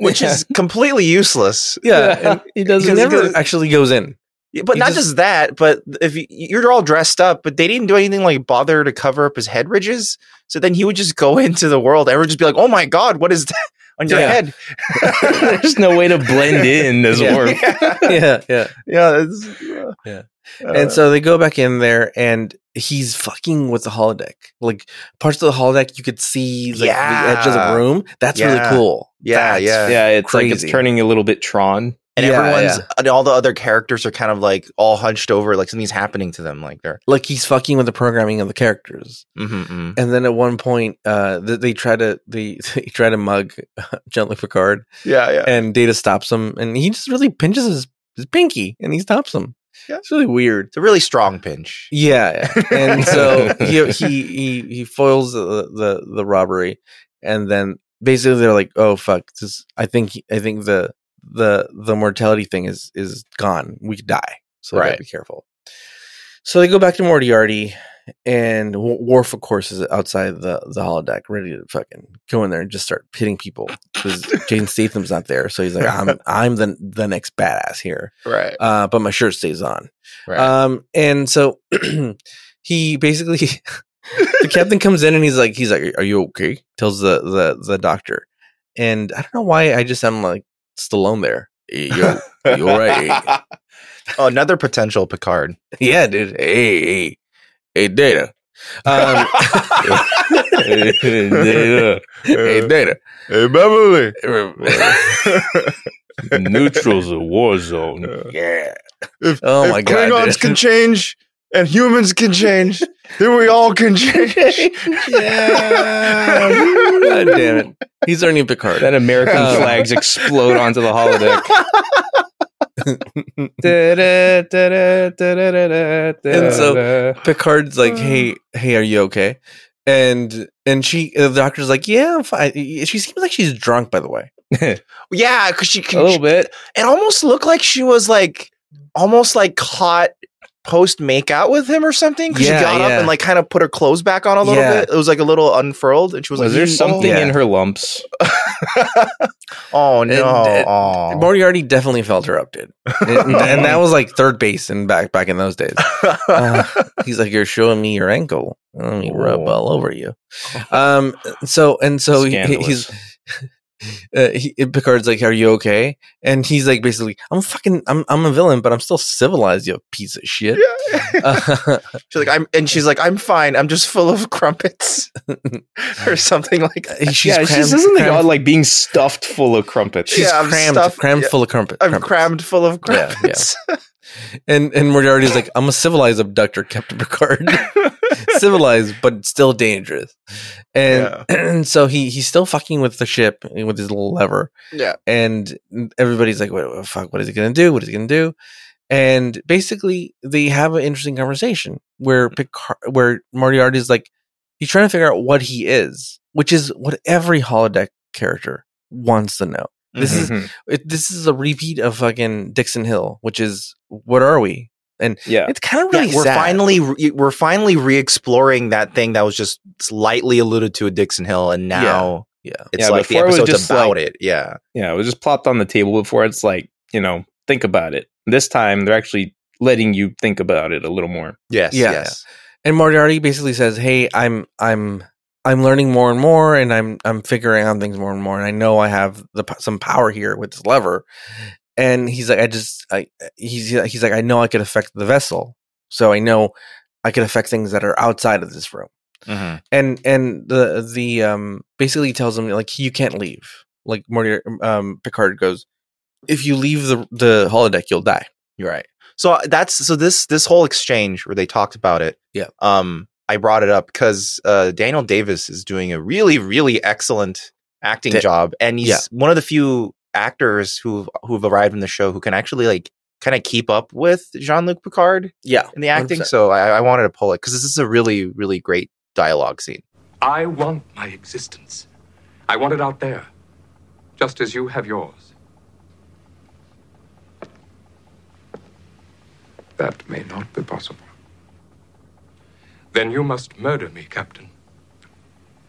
Speaker 1: which is completely useless.
Speaker 2: Yeah, and
Speaker 3: he
Speaker 2: he
Speaker 3: doesn't.
Speaker 2: never actually goes in.
Speaker 1: Yeah, But
Speaker 2: He
Speaker 1: not
Speaker 2: just-
Speaker 1: just, that, but if you, you're all dressed up, but they didn't do anything like bother to cover up his head ridges, so then he would just go into the world. Everyone would just be like, "Oh my god, what is that on your
Speaker 2: Yeah.
Speaker 1: head?"
Speaker 3: There's no way to blend in as
Speaker 2: Yeah.
Speaker 3: Worf.
Speaker 2: Yeah, yeah.
Speaker 1: yeah, it's, uh,
Speaker 2: Yeah.
Speaker 1: uh,
Speaker 2: and so they go back in there and he's fucking with the holodeck like parts of the holodeck you could see like the edge of the
Speaker 1: Yeah.
Speaker 2: room that's
Speaker 1: Yeah.
Speaker 2: really cool
Speaker 1: yeah,
Speaker 2: That's-
Speaker 1: yeah,
Speaker 3: Yeah, it's like it's
Speaker 2: Crazy.
Speaker 3: turning a little bit Tron.
Speaker 1: and
Speaker 2: yeah,
Speaker 1: everyone's
Speaker 2: yeah.
Speaker 1: and all the other characters are kind of like all hunched over, like something's happening to them, like they're.
Speaker 2: like he's fucking with the programming of the characters
Speaker 1: mhm, mhm.
Speaker 2: and then at one point uh th- they try to they, they try to mug Jean Luc Picard
Speaker 1: Yeah, yeah.
Speaker 2: and Data stops him and he just really pinches his, his pinky and he stops him
Speaker 1: Yeah.
Speaker 2: it's really weird
Speaker 1: It's a really strong pinch.
Speaker 2: yeah yeah. and so he he he, he foils the, the the robbery and then basically they're like oh fuck this i think i think the the the mortality thing is is gone we could die so we gotta
Speaker 1: Right.
Speaker 2: be careful so they go back to moriarty and W- Worf, of course, is outside the, the holodeck, ready to fucking go in there and just start hitting people because Jane Statham's not there, so he's like, "I'm I'm the the next badass here."
Speaker 1: Right,
Speaker 2: uh, but my shirt stays on.
Speaker 1: Right.
Speaker 2: Um, and so he basically the captain comes in and he's like, he's like, "Are you okay?" Tells the the the doctor, and I don't know why I just sound like Stallone there. Hey, yo, you all right?
Speaker 1: oh, another potential Picard.
Speaker 2: yeah, dude. Hey, hey, hey, Data. Um,
Speaker 3: Yeah.
Speaker 2: hey, Data.
Speaker 1: Hey, Beverly.
Speaker 3: Neutral's a war zone.
Speaker 2: Yeah.
Speaker 1: If-
Speaker 2: Oh my God, dude.
Speaker 1: change and humans can change, then we all can change.
Speaker 2: Yeah. God damn it. He's Ernie Picard.
Speaker 3: Then American
Speaker 2: Um,
Speaker 3: flags explode onto the holodeck.
Speaker 2: And
Speaker 3: and
Speaker 2: so- Picard's like, "Hey, hey, are you okay?" And and she, uh, the doctor's like, "Yeah, I'm fine." She seems like she's drunk, by the way.
Speaker 1: Yeah, because she,
Speaker 2: Oh,
Speaker 3: a little
Speaker 1: she
Speaker 3: bit.
Speaker 1: it almost looked like she was like almost like caught post make out with him or something. 'cause
Speaker 2: Yeah,
Speaker 1: she got
Speaker 2: yeah.
Speaker 1: up and like kind of put her clothes back on a little
Speaker 2: Yeah.
Speaker 1: bit. It was like a little unfurled, and she was,
Speaker 3: Was
Speaker 1: like,
Speaker 3: there
Speaker 1: "Oh."
Speaker 3: something
Speaker 2: Yeah.
Speaker 3: in her lumps?
Speaker 1: Oh no!
Speaker 2: and- uh,
Speaker 1: Aw.
Speaker 2: Moriarty definitely felt her up, dude, and, and that was like third base and back back in those days. Uh, he's like, "You're showing me your ankle. Let me rub
Speaker 1: Oh.
Speaker 2: all over you." Um. So and so he,
Speaker 3: Scandalous.
Speaker 2: he's uh, he, Picard's like, "Are you okay?" And he's like, basically, "I'm fucking, I'm, I'm a villain, but I'm still civilized, you piece of shit." Uh,
Speaker 1: She's like, I'm, and she's like, I'm fine. I'm just full of crumpets, or something like that.
Speaker 2: she's
Speaker 3: yeah, it's just
Speaker 2: crammed-
Speaker 3: isn't it
Speaker 2: crammed
Speaker 3: odd like being stuffed full of crumpets?
Speaker 2: She's
Speaker 1: Yeah, I'm
Speaker 2: crammed,
Speaker 1: stuffed-
Speaker 2: crammed
Speaker 1: yeah,
Speaker 2: full of crumpet.
Speaker 1: I'm
Speaker 2: crumpets.
Speaker 1: crammed full of
Speaker 2: Yeah, yeah.
Speaker 1: crumpets.
Speaker 2: And and Moriarty's like, I'm a civilized abductor, Captain Picard. civilized, but still dangerous. And, and so he he's still fucking with the ship with his little lever.
Speaker 1: Yeah.
Speaker 2: And everybody's like, what, what fuck, what is he gonna do? What is he gonna do? And basically they have an interesting conversation where Picard where Moriarty's like, he's trying to figure out what he is, which is what every holodeck character wants to know This is-
Speaker 3: Mhm.
Speaker 2: it, this is a repeat of fucking Dixon Hill, which is what are we?
Speaker 3: yeah.
Speaker 2: It's kind of
Speaker 1: Yeah,
Speaker 2: really
Speaker 1: we're
Speaker 2: sad.
Speaker 1: finally re- we're finally re-exploring that thing that was just slightly alluded to at Dixon Hill, and now
Speaker 2: Yeah.
Speaker 1: it's
Speaker 3: Yeah,
Speaker 1: like the
Speaker 3: before it was
Speaker 1: episode's
Speaker 3: just
Speaker 1: about
Speaker 3: like-
Speaker 1: it. Yeah,
Speaker 3: Yeah, it was just plopped on the table before. It's like, you know, think about it. This time they're actually letting you think about it a little more.
Speaker 1: yes,
Speaker 2: Yeah.
Speaker 1: yes,
Speaker 2: and Moriarty basically says, "Hey, I'm I'm I'm learning more and more, and I'm I'm figuring out things more and more, and I know I have the p- some power here with this lever." And he's like, "I just I he's he's like, I know I could affect the vessel, so I know I could affect things that are outside of this room." Mm-hmm.
Speaker 1: Mhm.
Speaker 2: and and the the um basically tells him like you can't leave like Morty um Picard goes if you leave the the holodeck you'll die
Speaker 1: You're right. So that's so this this whole exchange where they talked about it.
Speaker 2: Yeah.
Speaker 1: Um, I brought it up because uh, Daniel Davis is doing a really really excellent acting
Speaker 2: Da-
Speaker 1: job, and he's
Speaker 2: Yeah.
Speaker 1: one of the few actors who who've arrived in the show who can actually like kind of keep up with Jean Luc Picard
Speaker 2: Yeah.
Speaker 1: in the acting.
Speaker 2: 100%.
Speaker 1: So I, I wanted to pull it because this is a really really great dialogue scene.
Speaker 5: I want my existence. I want it out there, just as you have yours. That may not be possible. Then you must murder me, Captain,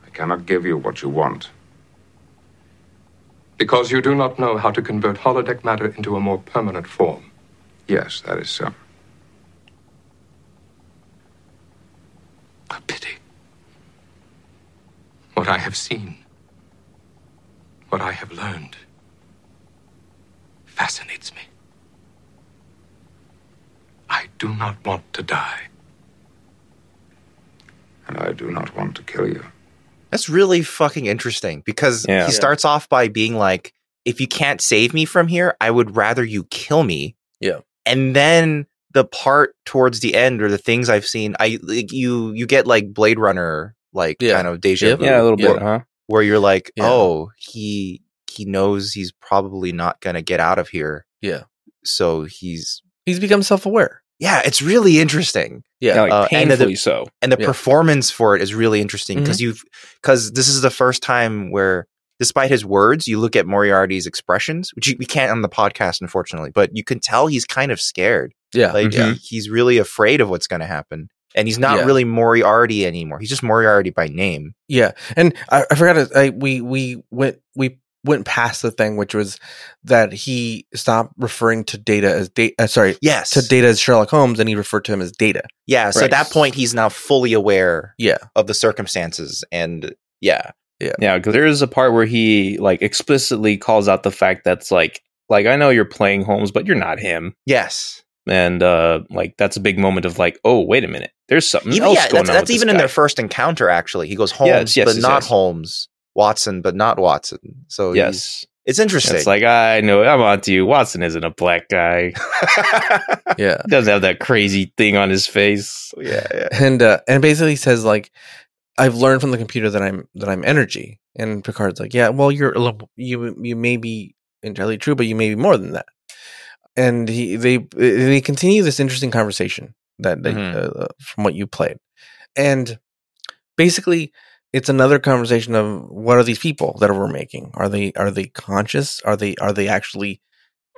Speaker 7: I cannot give you what you want.
Speaker 5: because you do not know how to convert holodeck matter into a more permanent form.
Speaker 7: Yes, that is so.
Speaker 5: A pity. What I have seen, what I have learned, fascinates me. I do not want to die.
Speaker 7: And I do not want to kill you.
Speaker 1: That's really fucking interesting because
Speaker 3: Yeah.
Speaker 1: he starts off by being like, if you can't save me from here, I would rather you kill me.
Speaker 2: Yeah.
Speaker 1: And then the part towards the end or the things I've seen, I like you you get like Blade Runner like
Speaker 2: Yeah.
Speaker 1: kind of deja
Speaker 2: Yep.
Speaker 1: vu.
Speaker 3: Yeah, a little
Speaker 2: Yeah.
Speaker 3: bit, huh?
Speaker 1: Where you're like,
Speaker 2: Yeah.
Speaker 1: oh, he he knows he's probably not gonna get out of here.
Speaker 2: Yeah.
Speaker 1: So he's
Speaker 2: He's become self aware.
Speaker 1: yeah, it's really interesting
Speaker 2: Yeah.
Speaker 3: Like,
Speaker 1: Uh, and the-
Speaker 3: painfully so.
Speaker 1: and the
Speaker 2: Yeah. Mm-hmm.
Speaker 1: performance for it is really interesting because you've because this is the first time where despite his words you look at moriarty's expressions which you, we can't on the podcast unfortunately but you can tell he's kind of scared
Speaker 2: Yeah. Mm-hmm.
Speaker 1: like
Speaker 3: Mhm.
Speaker 1: he- he's really afraid of what's going to happen and he's not
Speaker 2: Yeah.
Speaker 1: really moriarty anymore he's just moriarty by name
Speaker 2: Yeah, and I, I forgot. to- I we we went we went past the thing, which was that he stopped referring to Data as data. Uh, sorry,
Speaker 1: yes
Speaker 2: to Data as Sherlock Holmes, and he referred to him as Data.
Speaker 1: yeah so
Speaker 3: Right.
Speaker 1: at that point he's now fully aware
Speaker 2: Yeah,
Speaker 1: of the circumstances and yeah
Speaker 3: Yeah, because there is a part where he like explicitly calls out the fact that's like, like I know you're playing Holmes, but you're not him,
Speaker 1: yes
Speaker 3: and uh like that's a big moment of like, oh wait a minute, there's something
Speaker 1: even,
Speaker 3: else
Speaker 1: yeah
Speaker 3: going
Speaker 1: that's,
Speaker 3: on.
Speaker 1: that's
Speaker 3: with this
Speaker 1: even in
Speaker 3: guy.
Speaker 1: their first encounter actually he goes holmes
Speaker 3: Yes, yes,
Speaker 1: but
Speaker 3: yes,
Speaker 1: not
Speaker 3: yes.
Speaker 1: holmes watson but not watson so he's-
Speaker 3: yes.
Speaker 1: It's interesting.
Speaker 3: It's like I know I'm on to you. Watson isn't a black guy.
Speaker 2: yeah,
Speaker 3: He doesn't have that crazy thing on his face.
Speaker 1: yeah, yeah.
Speaker 2: and uh, and basically says like, I've learned from the computer that I'm that I'm energy, and Picard's like, yeah, well, you're a little- you you may be entirely true, but you may be more than that. And he they they continue this interesting conversation that they,
Speaker 1: Mhm.
Speaker 2: uh, from what you played, and basically it's another conversation of what are these people that we're making are they are they conscious are they are they actually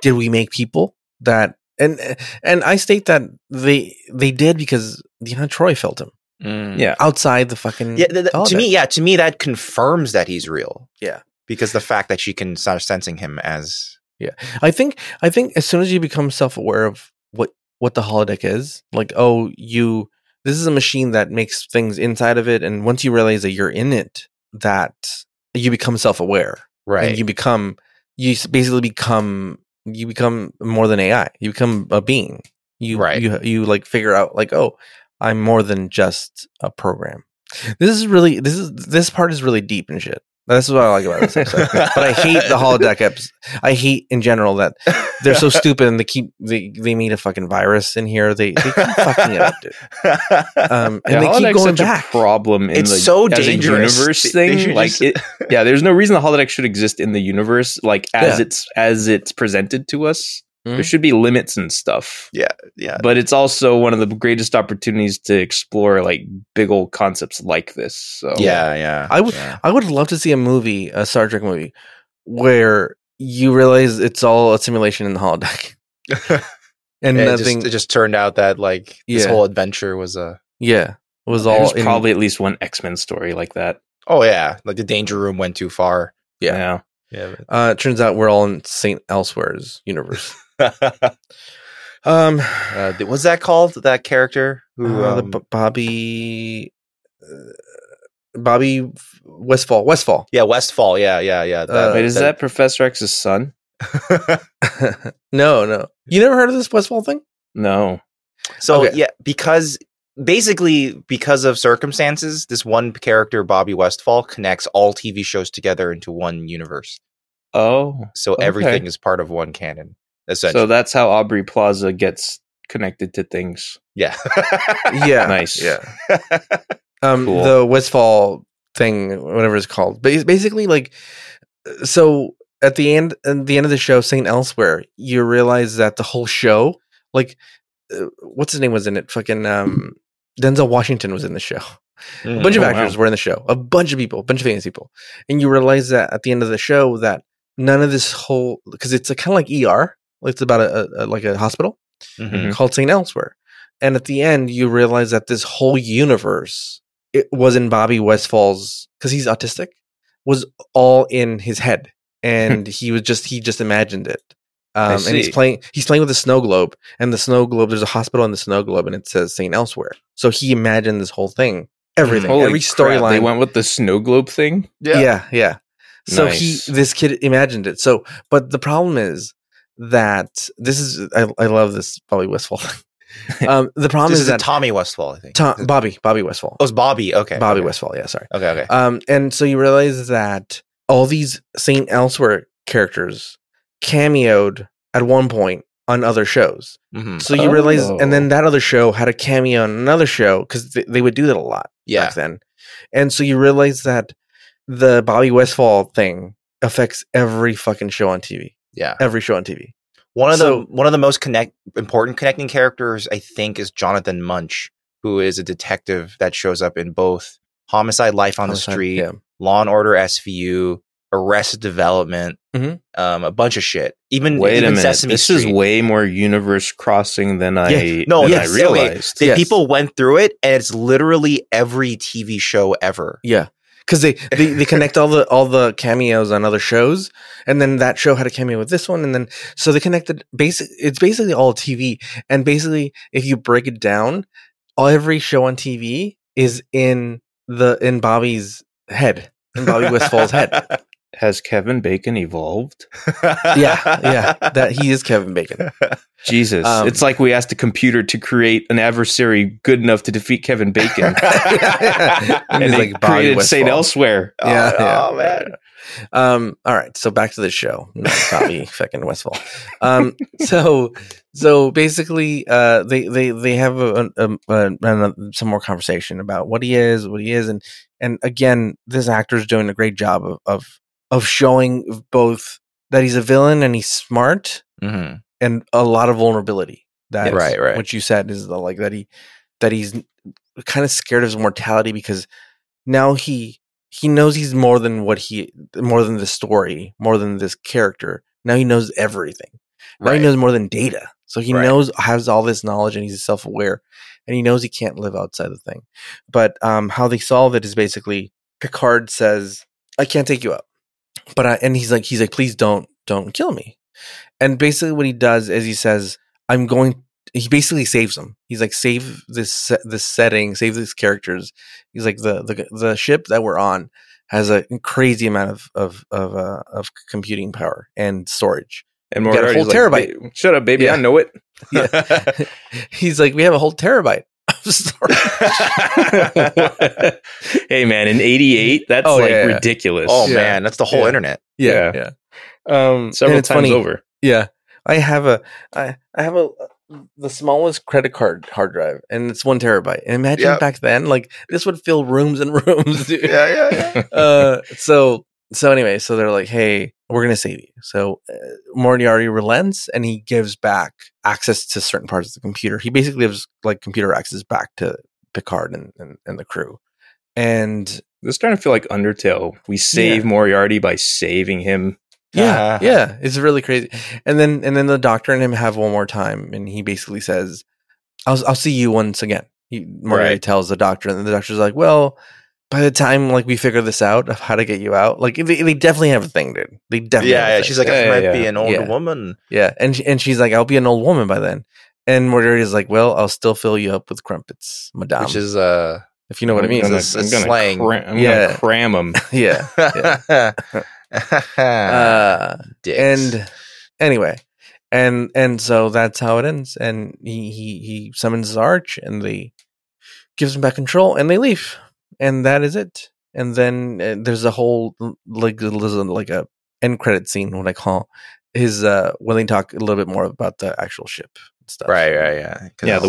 Speaker 2: did we make people that and and i state that they they did because Deanna troy felt him
Speaker 3: Yeah.
Speaker 2: outside the fucking
Speaker 1: Hmm. Yeah, th- th- to
Speaker 2: holodeck.
Speaker 1: me, yeah, to me that confirms that he's real.
Speaker 2: Yeah.
Speaker 1: Because the fact that she can start sensing him as
Speaker 2: i think i think as soon as you become self-aware of what what the holodeck is like oh you this is a machine that makes things inside of it and once you realize that you're in it that you become self-aware and you become you s- basically become you become more than AI. You become a being. You
Speaker 1: Right.
Speaker 2: you you like figure out like oh, I'm more than just a program. This is really this is this part is really deep and shit. That's what I like about this episode. but I hate the holodeck eps. I hate in general that they're so stupid and they keep they they made a fucking virus in here. They, they keep fucking it up, dude. Um, and
Speaker 3: Yeah,
Speaker 2: they keep
Speaker 3: holodeck's
Speaker 2: going
Speaker 3: such a
Speaker 2: back.
Speaker 3: problem in
Speaker 1: It's
Speaker 3: the
Speaker 1: so
Speaker 3: as a
Speaker 1: dangerous. They-
Speaker 3: universe
Speaker 1: they
Speaker 3: thing.
Speaker 1: should
Speaker 3: like,
Speaker 1: just-
Speaker 3: it, yeah, there's no reason the holodeck should exist in the universe. Like as
Speaker 2: Yeah.
Speaker 3: it's as it's presented to us, there
Speaker 2: Mhm.
Speaker 3: should be limits and stuff.
Speaker 1: yeah.
Speaker 3: But it's also one of the greatest opportunities to explore like big old concepts like this. So
Speaker 1: Yeah, yeah.
Speaker 2: I would-
Speaker 1: yeah.
Speaker 2: I would love to see a movie, a Star Trek movie, where you realize it's all a simulation in the holodeck and
Speaker 1: And it,
Speaker 2: nothing.
Speaker 1: just, it just turned out that like this
Speaker 2: Yeah.
Speaker 1: whole adventure was a
Speaker 2: yeah, it was all
Speaker 3: there's
Speaker 2: in,
Speaker 3: probably at least one X Men story like that.
Speaker 1: oh yeah, like the danger room went too far.
Speaker 2: Yeah.
Speaker 1: Yeah.
Speaker 2: Uh, it turns out we're all in Saint Elsewhere's universe.
Speaker 1: but-
Speaker 2: Um,
Speaker 1: uh, th- what's that called? That character who
Speaker 2: uh, the
Speaker 1: um,
Speaker 2: B- Bobby, uh, Bobby Westfall, Westfall.
Speaker 1: yeah, Westfall. Yeah, yeah, yeah.
Speaker 2: Uh,
Speaker 3: Wait, is that Professor X's son?
Speaker 2: no, no, you never heard of this Westfall thing?
Speaker 3: No.
Speaker 1: So
Speaker 2: Okay.
Speaker 1: yeah, because basically because of circumstances, this one character, Bobby Westfall, connects all TV shows together into one universe.
Speaker 3: Oh,
Speaker 1: So
Speaker 3: Okay.
Speaker 1: everything is part of one canon. essentially.
Speaker 3: So that's how Aubrey Plaza gets connected to things.
Speaker 1: yeah. Mm-hmm.
Speaker 2: yeah,
Speaker 3: Nice.
Speaker 2: Yeah, um,
Speaker 3: Cool.
Speaker 2: the Westfall thing, whatever it's called, but it's basically like so. At the end, at the end of the show, saying elsewhere, you realize that the whole show, like, uh, what's his name was in it? Fucking um, Denzel Washington was in the show. a bunch of
Speaker 3: Oh,
Speaker 2: actors
Speaker 3: wow.
Speaker 2: were in the show a bunch of people a bunch of famous people and you realize that at the end of the show that none of this whole because it's a, kind of like er like it's about a, a- a- like a hospital
Speaker 3: Mm-hmm.
Speaker 1: Mhm.
Speaker 2: called st elsewhere and at the end you realize that this whole universe it was in bobby westfall's because he's autistic was all in his head
Speaker 3: Hmm.
Speaker 2: and he was just he just imagined it um, and he's
Speaker 3: see.
Speaker 2: playing he's playing with a snow globe and the snow globe there's a hospital in the snow globe and it says st elsewhere so he imagined this whole thing everything
Speaker 3: Mm-hmm. Holy
Speaker 2: every
Speaker 3: crap, They
Speaker 2: storyline
Speaker 3: went with the snow globe thing.
Speaker 2: yeah. yeah, So
Speaker 3: Nice.
Speaker 2: he, this kid imagined it. So, but the problem is that this is, I, I love this Bobby Westfall thing. Um, the problem
Speaker 1: This is
Speaker 2: is, that
Speaker 1: Tommy Westfall, I think.
Speaker 2: Tom, Bobby, Bobby Westfall,
Speaker 1: oh, it's Bobby. Okay.
Speaker 2: Bobby
Speaker 1: okay.
Speaker 2: Westfall. Yeah, sorry.
Speaker 1: Okay. Okay.
Speaker 2: Um, and so you realize that all these Saint Elsewhere characters cameoed at one point on other shows.
Speaker 1: Mhm.
Speaker 2: So you realize,
Speaker 3: Oh.
Speaker 2: and then that other show had a cameo on another show because they, they would do that a lot
Speaker 1: Yeah.
Speaker 2: back then. And so you realize that the Bobby Westfall thing affects every fucking show on TV.
Speaker 1: Yeah.
Speaker 2: Every show on TV.
Speaker 1: One of
Speaker 2: So-
Speaker 1: the one of the most connect important connecting characters, I think, is Jonathan Munch, who is a detective that shows up in both Homicide: Life on the
Speaker 2: Homicide,
Speaker 1: Street,
Speaker 2: yeah.
Speaker 1: Law and Order SVU, Arrested Development,
Speaker 2: Mhm.
Speaker 1: um, a bunch of shit. Even
Speaker 3: Mm-hmm. Wait
Speaker 1: even
Speaker 3: a minute.
Speaker 1: Sesame
Speaker 3: this
Speaker 1: Street.
Speaker 3: is way more universe crossing than I
Speaker 2: Yeah.
Speaker 1: No,
Speaker 3: than
Speaker 1: yes,
Speaker 3: I
Speaker 1: wait.
Speaker 3: realized.
Speaker 1: The
Speaker 2: Yes.
Speaker 1: people went through it, and it's literally every TV show ever.
Speaker 2: Yeah. Cause they, they, they connect all the all the cameos on other shows, and then that show had a cameo with this one, and then so they connected. Basic, it's basically all TV, and basically if you break it down, all, every show on TV is in the in Bobby's head, in Bobby Westfall's head.
Speaker 3: Has Kevin Bacon evolved?
Speaker 2: Yeah, yeah, that he is Kevin Bacon.
Speaker 3: Jesus.
Speaker 2: Um,
Speaker 3: it's like we asked a computer to create an adversary good enough to defeat Kevin Bacon.
Speaker 2: And
Speaker 3: and
Speaker 2: he's
Speaker 3: they
Speaker 2: like Bobby
Speaker 3: created St.
Speaker 2: Westfall.
Speaker 3: Elsewhere.
Speaker 2: yeah,
Speaker 1: Oh,
Speaker 2: yeah.
Speaker 1: oh, man.
Speaker 2: Um, all right, so back to the show. No, it's not me, fucking Westfall. Um, so, so basically, uh, they they they have a, um, a, a, a- uh, some more conversation about what he is, what he is, and and again, this actor is doing a great job of of of showing both that he's a villain and he's smart,
Speaker 3: Mm-hmm.
Speaker 1: Mhm.
Speaker 2: and a lot of vulnerability. That
Speaker 1: Yeah, right, right.
Speaker 2: What you said is the, like that he that he's kind of scared of his mortality because now he he knows he's more than what he more than the story, more than this character. Now he knows everything. Now
Speaker 1: Right.
Speaker 2: he knows more than data. So he
Speaker 1: Right.
Speaker 2: knows has all this knowledge and he's self aware, and he knows he can't live outside the thing. But um, how they solve it is basically Picard says, "I can't take you out," but I, and he's like, he's like, "Please don't don't kill me." And basically, what he does is he says, "I'm going." He basically saves him. He's like, "Save this se- this setting, save these characters." He's like, "the the the ship that we're on." Has a crazy amount of of of, uh, of computing power and storage,
Speaker 3: And
Speaker 2: We got a
Speaker 3: Moriarty's
Speaker 2: whole
Speaker 3: like,
Speaker 2: terabyte.
Speaker 3: "Ba- Shut up, baby.
Speaker 2: Yeah.
Speaker 3: I know it.
Speaker 2: Yeah. He's like, we have a whole terabyte of storage.
Speaker 3: hey, man, in 88, that's
Speaker 2: Oh,
Speaker 3: like
Speaker 2: yeah, yeah.
Speaker 3: ridiculous.
Speaker 1: Oh
Speaker 2: Yeah.
Speaker 1: man, that's the whole
Speaker 2: Yeah.
Speaker 1: internet.
Speaker 3: Yeah.
Speaker 2: yeah. Um,
Speaker 3: Several
Speaker 2: and it's
Speaker 3: times
Speaker 2: funny.
Speaker 3: over.
Speaker 2: Yeah, I have a, I, I have a, the smallest credit card hard drive, and it's one terabyte. And imagine
Speaker 1: Yep.
Speaker 2: back then, like this would fill rooms and rooms, dude.
Speaker 1: yeah,
Speaker 2: Uh, so, so anyway, so they're like, hey, we're gonna save you. So uh, Moriarty relents, and he gives back access to certain parts of the computer. He basically gives like computer access back to Picard and and, and the crew. And
Speaker 3: This is starting to feel like Undertale. We save Moriarty by saving him.
Speaker 2: Yeah,
Speaker 1: Ah.
Speaker 2: yeah, it's really crazy. And then and then the doctor and him have one more time, and he basically says, "I'll I'll see you once again." He Moriarty
Speaker 3: Right.
Speaker 2: tells the doctor, and the doctor's like, "Well, by the time like we figure this out of how to get you out, like they, they definitely have a thing, dude. They definitely have a
Speaker 1: yeah, yeah.
Speaker 2: thing.
Speaker 1: She's like,
Speaker 3: Yeah,
Speaker 1: I
Speaker 3: yeah,
Speaker 1: might
Speaker 3: yeah.
Speaker 1: be an older
Speaker 2: Yeah.
Speaker 1: woman.
Speaker 2: yeah, and she, and she's like, I'll be an old woman by then." And Moriarty's like, "Well, I'll still fill you up with crumpets, madame,
Speaker 1: Which is uh
Speaker 2: if you know what I
Speaker 3: I'm
Speaker 2: mean."
Speaker 3: gonna-
Speaker 1: It's-
Speaker 3: I'm
Speaker 1: it's
Speaker 3: gonna
Speaker 1: slang.
Speaker 3: cra- I'm
Speaker 2: Yeah.
Speaker 3: gonna cram him.
Speaker 2: yeah.
Speaker 1: Ah.
Speaker 2: Uh,
Speaker 1: Dicks.
Speaker 2: and anyway and and so that's how it ends and he he, he summons his arch and they gives him back control and they leave and that is it and then uh, there's a whole like there's a- like a end credit scene what i call his uh when they talk a little bit more about the actual ship and stuff.
Speaker 1: Right, right, yeah. 'Cause-
Speaker 3: Yeah, the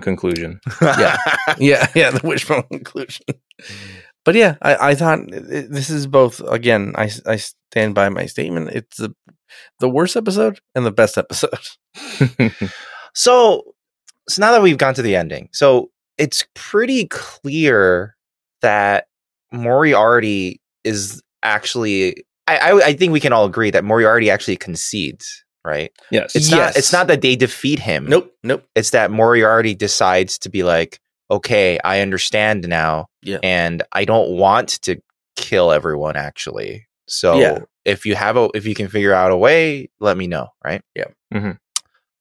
Speaker 3: conclusion.
Speaker 2: Yeah. yeah, yeah, the wishbone conclusion. But yeah, I, I thought it- it- this is both again. I, s- I stand by my statement. It's the the worst episode and the best episode.
Speaker 1: So, so now that we've gone to the ending, so it's pretty clear that Moriarty is actually. I, I, I think we can all agree that Moriarty actually concedes, right?
Speaker 3: yes.
Speaker 1: It's
Speaker 2: Yes.
Speaker 1: not. It's not that they defeat him.
Speaker 2: Nope, nope.
Speaker 1: It's that Moriarty decides to be like, okay, I understand now,
Speaker 2: Yeah.
Speaker 1: and I don't want to kill everyone. Actually, so
Speaker 2: Yeah.
Speaker 1: if you have a, if you can figure out a way, let me know, right?
Speaker 2: Yeah. Mm-hmm.
Speaker 3: Mhm.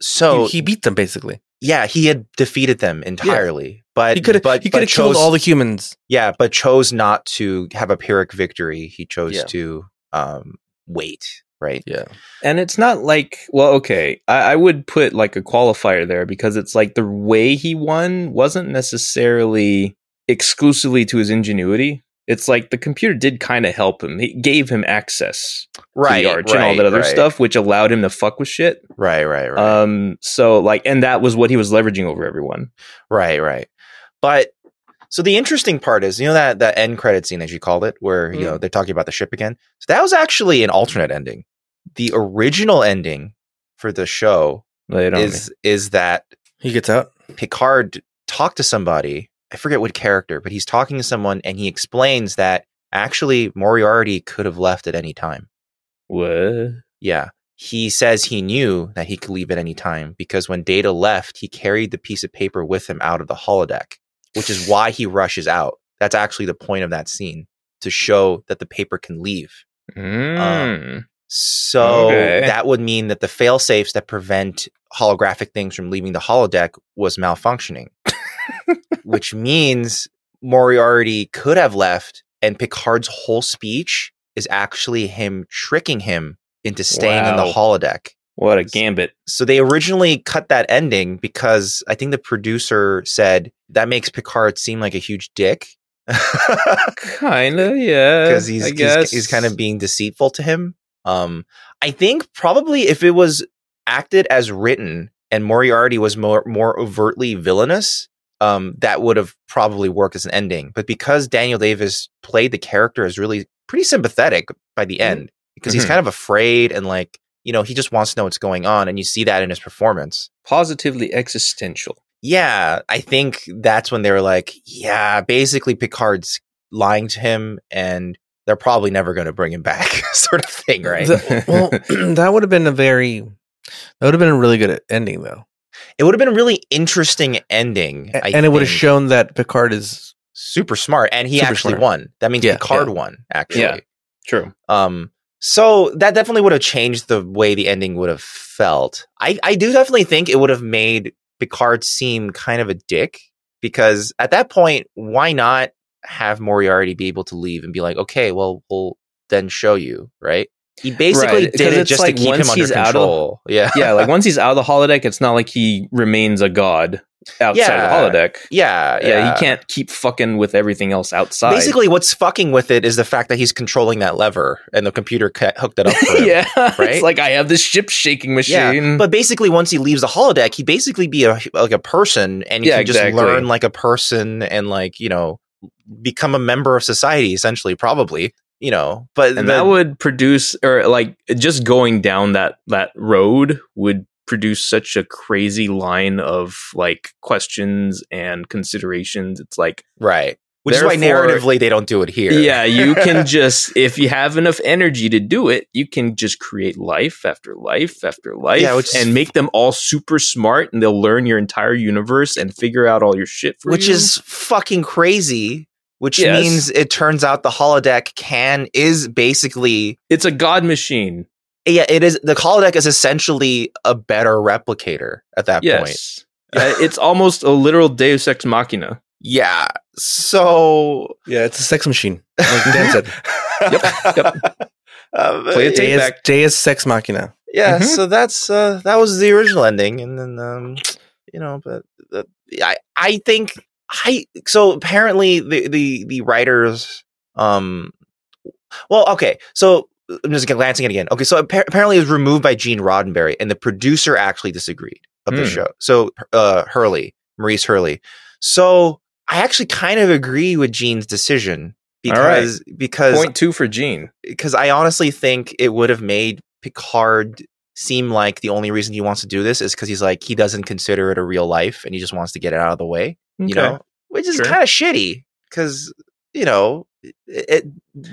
Speaker 1: So
Speaker 2: he, he beat them basically.
Speaker 1: yeah, he had defeated them entirely, but
Speaker 2: He could have
Speaker 1: but,
Speaker 2: he
Speaker 1: but
Speaker 2: could have killed
Speaker 1: chose-
Speaker 2: all the humans.
Speaker 1: yeah, but chose not to have a pyrrhic victory. He chose
Speaker 2: Yeah.
Speaker 1: to um wait, right?
Speaker 2: Yeah,
Speaker 3: and it's not like well okay I, I would put like a qualifier there because it's like the way he won wasn't necessarily exclusively to his ingenuity it's like the computer did kind of help him it gave him access to the arch and all that other
Speaker 1: right,
Speaker 3: stuff which allowed him to fuck with shit
Speaker 1: Right, right, right,
Speaker 3: um so like and that was what he was leveraging over everyone
Speaker 1: right, right. But so the interesting part is, you know that that end credit scene as you called it, where you know they're talking about the ship again. So that was actually an alternate ending. The original ending for the show
Speaker 3: they don't
Speaker 1: is is that
Speaker 2: he gets out.
Speaker 1: Picard talked to somebody. I forget what character, but he's talking to someone and he explains that actually Moriarty could have left at any time.
Speaker 3: what
Speaker 1: Yeah. He says he knew that he could leave at any time because when Data left, he carried the piece of paper with him out of the holodeck, which is why he rushes out. That's actually the point of that scene to show that the paper can leave.
Speaker 3: Mm.
Speaker 1: So
Speaker 3: Okay.
Speaker 1: that would mean that the fail safes that prevent holographic things from leaving the holodeck was malfunctioning, which means Moriarty could have left, and Picard's whole speech is actually him tricking him into staying in the
Speaker 3: Wow.
Speaker 1: holodeck.
Speaker 3: what a gambit
Speaker 1: So they originally cut that ending because I think the producer said that makes Picard seem like a huge dick.
Speaker 3: kind of yeah
Speaker 1: because
Speaker 3: I
Speaker 1: he's,
Speaker 3: guess.
Speaker 1: he's he's kind of being deceitful to him. Um, I think probably if it was acted as written and Moriarty was more more overtly villainous, um, that would have probably worked as an ending. But because Daniel Davis played the character as really pretty sympathetic by the end, because he's
Speaker 3: Mhm.
Speaker 1: kind of afraid and like you know he just wants to know what's going on, and you see that in his performance.
Speaker 3: positively existential
Speaker 1: Yeah, I think that's when they were like, yeah, basically Picard's lying to him and they're probably never going to bring him back, sort of thing, right?
Speaker 2: The- well, that would have been a very that would have been a really good ending though,
Speaker 1: it would have been a really interesting ending.
Speaker 2: A-
Speaker 1: I
Speaker 2: and it would have
Speaker 1: think.
Speaker 2: shown that Picard is
Speaker 1: super smart and he
Speaker 2: Super
Speaker 1: actually
Speaker 2: smart.
Speaker 1: won. That means
Speaker 2: Yeah,
Speaker 1: Picard
Speaker 2: yeah.
Speaker 1: won actually.
Speaker 3: Yeah. true
Speaker 1: Um, so that definitely would have changed the way the ending would have felt. I, I do definitely think it would have made Picard seem kind of a dick because at that point, why not have Moriarty be able to leave and be like, okay, well, we'll then show you, right? He basically
Speaker 3: Right, 'cause
Speaker 1: did it
Speaker 3: it's
Speaker 1: just
Speaker 3: like
Speaker 1: to keep him
Speaker 3: once
Speaker 1: under
Speaker 3: he's out of-
Speaker 1: control. yeah.
Speaker 3: yeah, like once he's out of the holodeck, it's not like he remains a god outside
Speaker 1: Yeah.
Speaker 3: of the holodeck.
Speaker 1: Yeah.
Speaker 3: Yeah, he can't keep fucking with everything else outside.
Speaker 1: Basically, what's fucking with it is the fact that he's controlling that lever and the computer ca- hooked it up for him.
Speaker 3: yeah,
Speaker 1: right?
Speaker 3: it's like I have this ship shaking machine.
Speaker 1: Yeah, but basically, once he leaves the holodeck, he basically be a like a person, and he
Speaker 3: Yeah,
Speaker 1: can
Speaker 3: exactly.
Speaker 1: just learn like a person, and like you know, become a member of society. Essentially, probably you know. But
Speaker 3: and
Speaker 1: the-
Speaker 3: that would produce, or like just going down that that road would produce such a crazy line of like questions and considerations. It's like,
Speaker 1: right, which is why
Speaker 3: Therefore-
Speaker 1: narratively they don't do it here.
Speaker 3: yeah, you can just if you have enough energy to do it, you can just create life after life after life,
Speaker 1: Yeah, which is-
Speaker 3: and make them all super smart, and they'll learn your entire universe and figure out all your shit for
Speaker 1: which
Speaker 3: you.
Speaker 1: is fucking crazy. Which
Speaker 3: Yes.
Speaker 1: means it turns out the holodeck can is basically
Speaker 3: it's a god machine.
Speaker 1: yeah it is the holodeck is essentially a better replicator at that point.
Speaker 3: Yes, Uh, it's almost a literal Deus ex machina.
Speaker 1: Yeah, so
Speaker 2: yeah, it's a sex machine. Like Dan said,
Speaker 3: Yep,
Speaker 1: Um,
Speaker 3: Play it
Speaker 2: Deus,
Speaker 3: back.
Speaker 2: Deus sex machina.
Speaker 1: yeah,
Speaker 3: Mhm.
Speaker 1: so that's uh, that was the original ending, and then um, you know, but uh, I I think I so apparently the the the writers um, well okay, so I'm just glancing at it again. Okay, so appa- apparently it was removed by Gene Roddenberry, and the producer actually disagreed of the
Speaker 3: Hmm.
Speaker 1: show. So uh, Hurley, Maurice Hurley. So I actually kind of agree with Gene's decision
Speaker 3: All right.
Speaker 1: because because
Speaker 3: Point two for Gene.
Speaker 1: because I honestly think it would have made Picard seem like the only reason he wants to do this is because he's like he doesn't consider it a real life and he just wants to get it out of the way, you
Speaker 3: Okay.
Speaker 1: know, which is
Speaker 3: Sure.
Speaker 1: kind of shitty because you know it, it-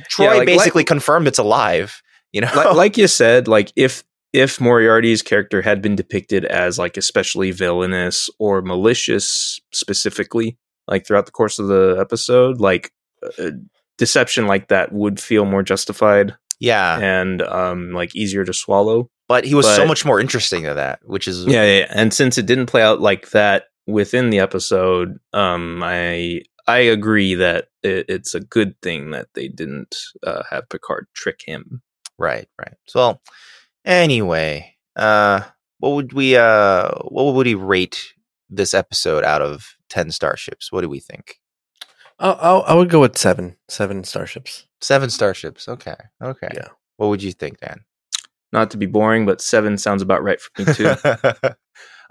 Speaker 1: Troy
Speaker 3: like, like-
Speaker 1: basically confirmed it's alive, you know,
Speaker 3: like, like you said, like if if Moriarty's character had been depicted as like especially villainous or malicious specifically, like throughout the course of the episode, like uh, deception like that would feel more justified
Speaker 1: yeah.
Speaker 3: and um like easier to swallow.
Speaker 1: But he was so
Speaker 3: but-
Speaker 1: much more interesting than that, which is
Speaker 3: Yeah, yeah, yeah. And since it didn't play out like that within the episode, um, I I agree that it, it's a good thing that they didn't uh, have Picard trick him.
Speaker 1: right, right. So well, anyway, uh, what would we uh, what would he rate this episode out of ten starships? What do we think?
Speaker 2: I, I, I would go with seven, seven starships.
Speaker 1: Seven starships. Okay. Okay.
Speaker 2: Yeah.
Speaker 1: What would you think, Dan?
Speaker 3: Not to be boring, but seven sounds about right for me too.
Speaker 1: uh,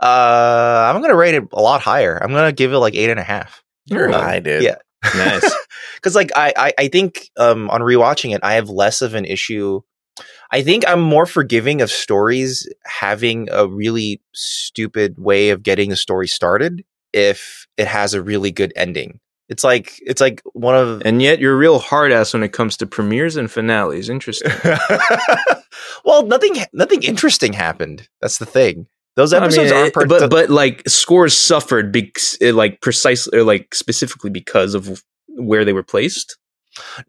Speaker 1: I'm gonna rate it a lot higher. I'm gonna give it like eight and a half.
Speaker 2: You're
Speaker 1: Uh,
Speaker 2: high, dude.
Speaker 1: yeah.
Speaker 3: nice.
Speaker 1: Because like I, I, I think um, on rewatching it, I have less of an issue. I think I'm more forgiving of stories having a really stupid way of getting the story started if it has a really good ending. It's like it's like one of
Speaker 3: And yet you're a real hard ass when it comes to premieres and finales. Interesting.
Speaker 1: well, nothing nothing interesting happened. That's the thing. Those
Speaker 3: I mean,
Speaker 1: episodes aren't
Speaker 3: it-
Speaker 1: per-
Speaker 3: but but like scores suffered because like precisely or like specifically because of where they were placed.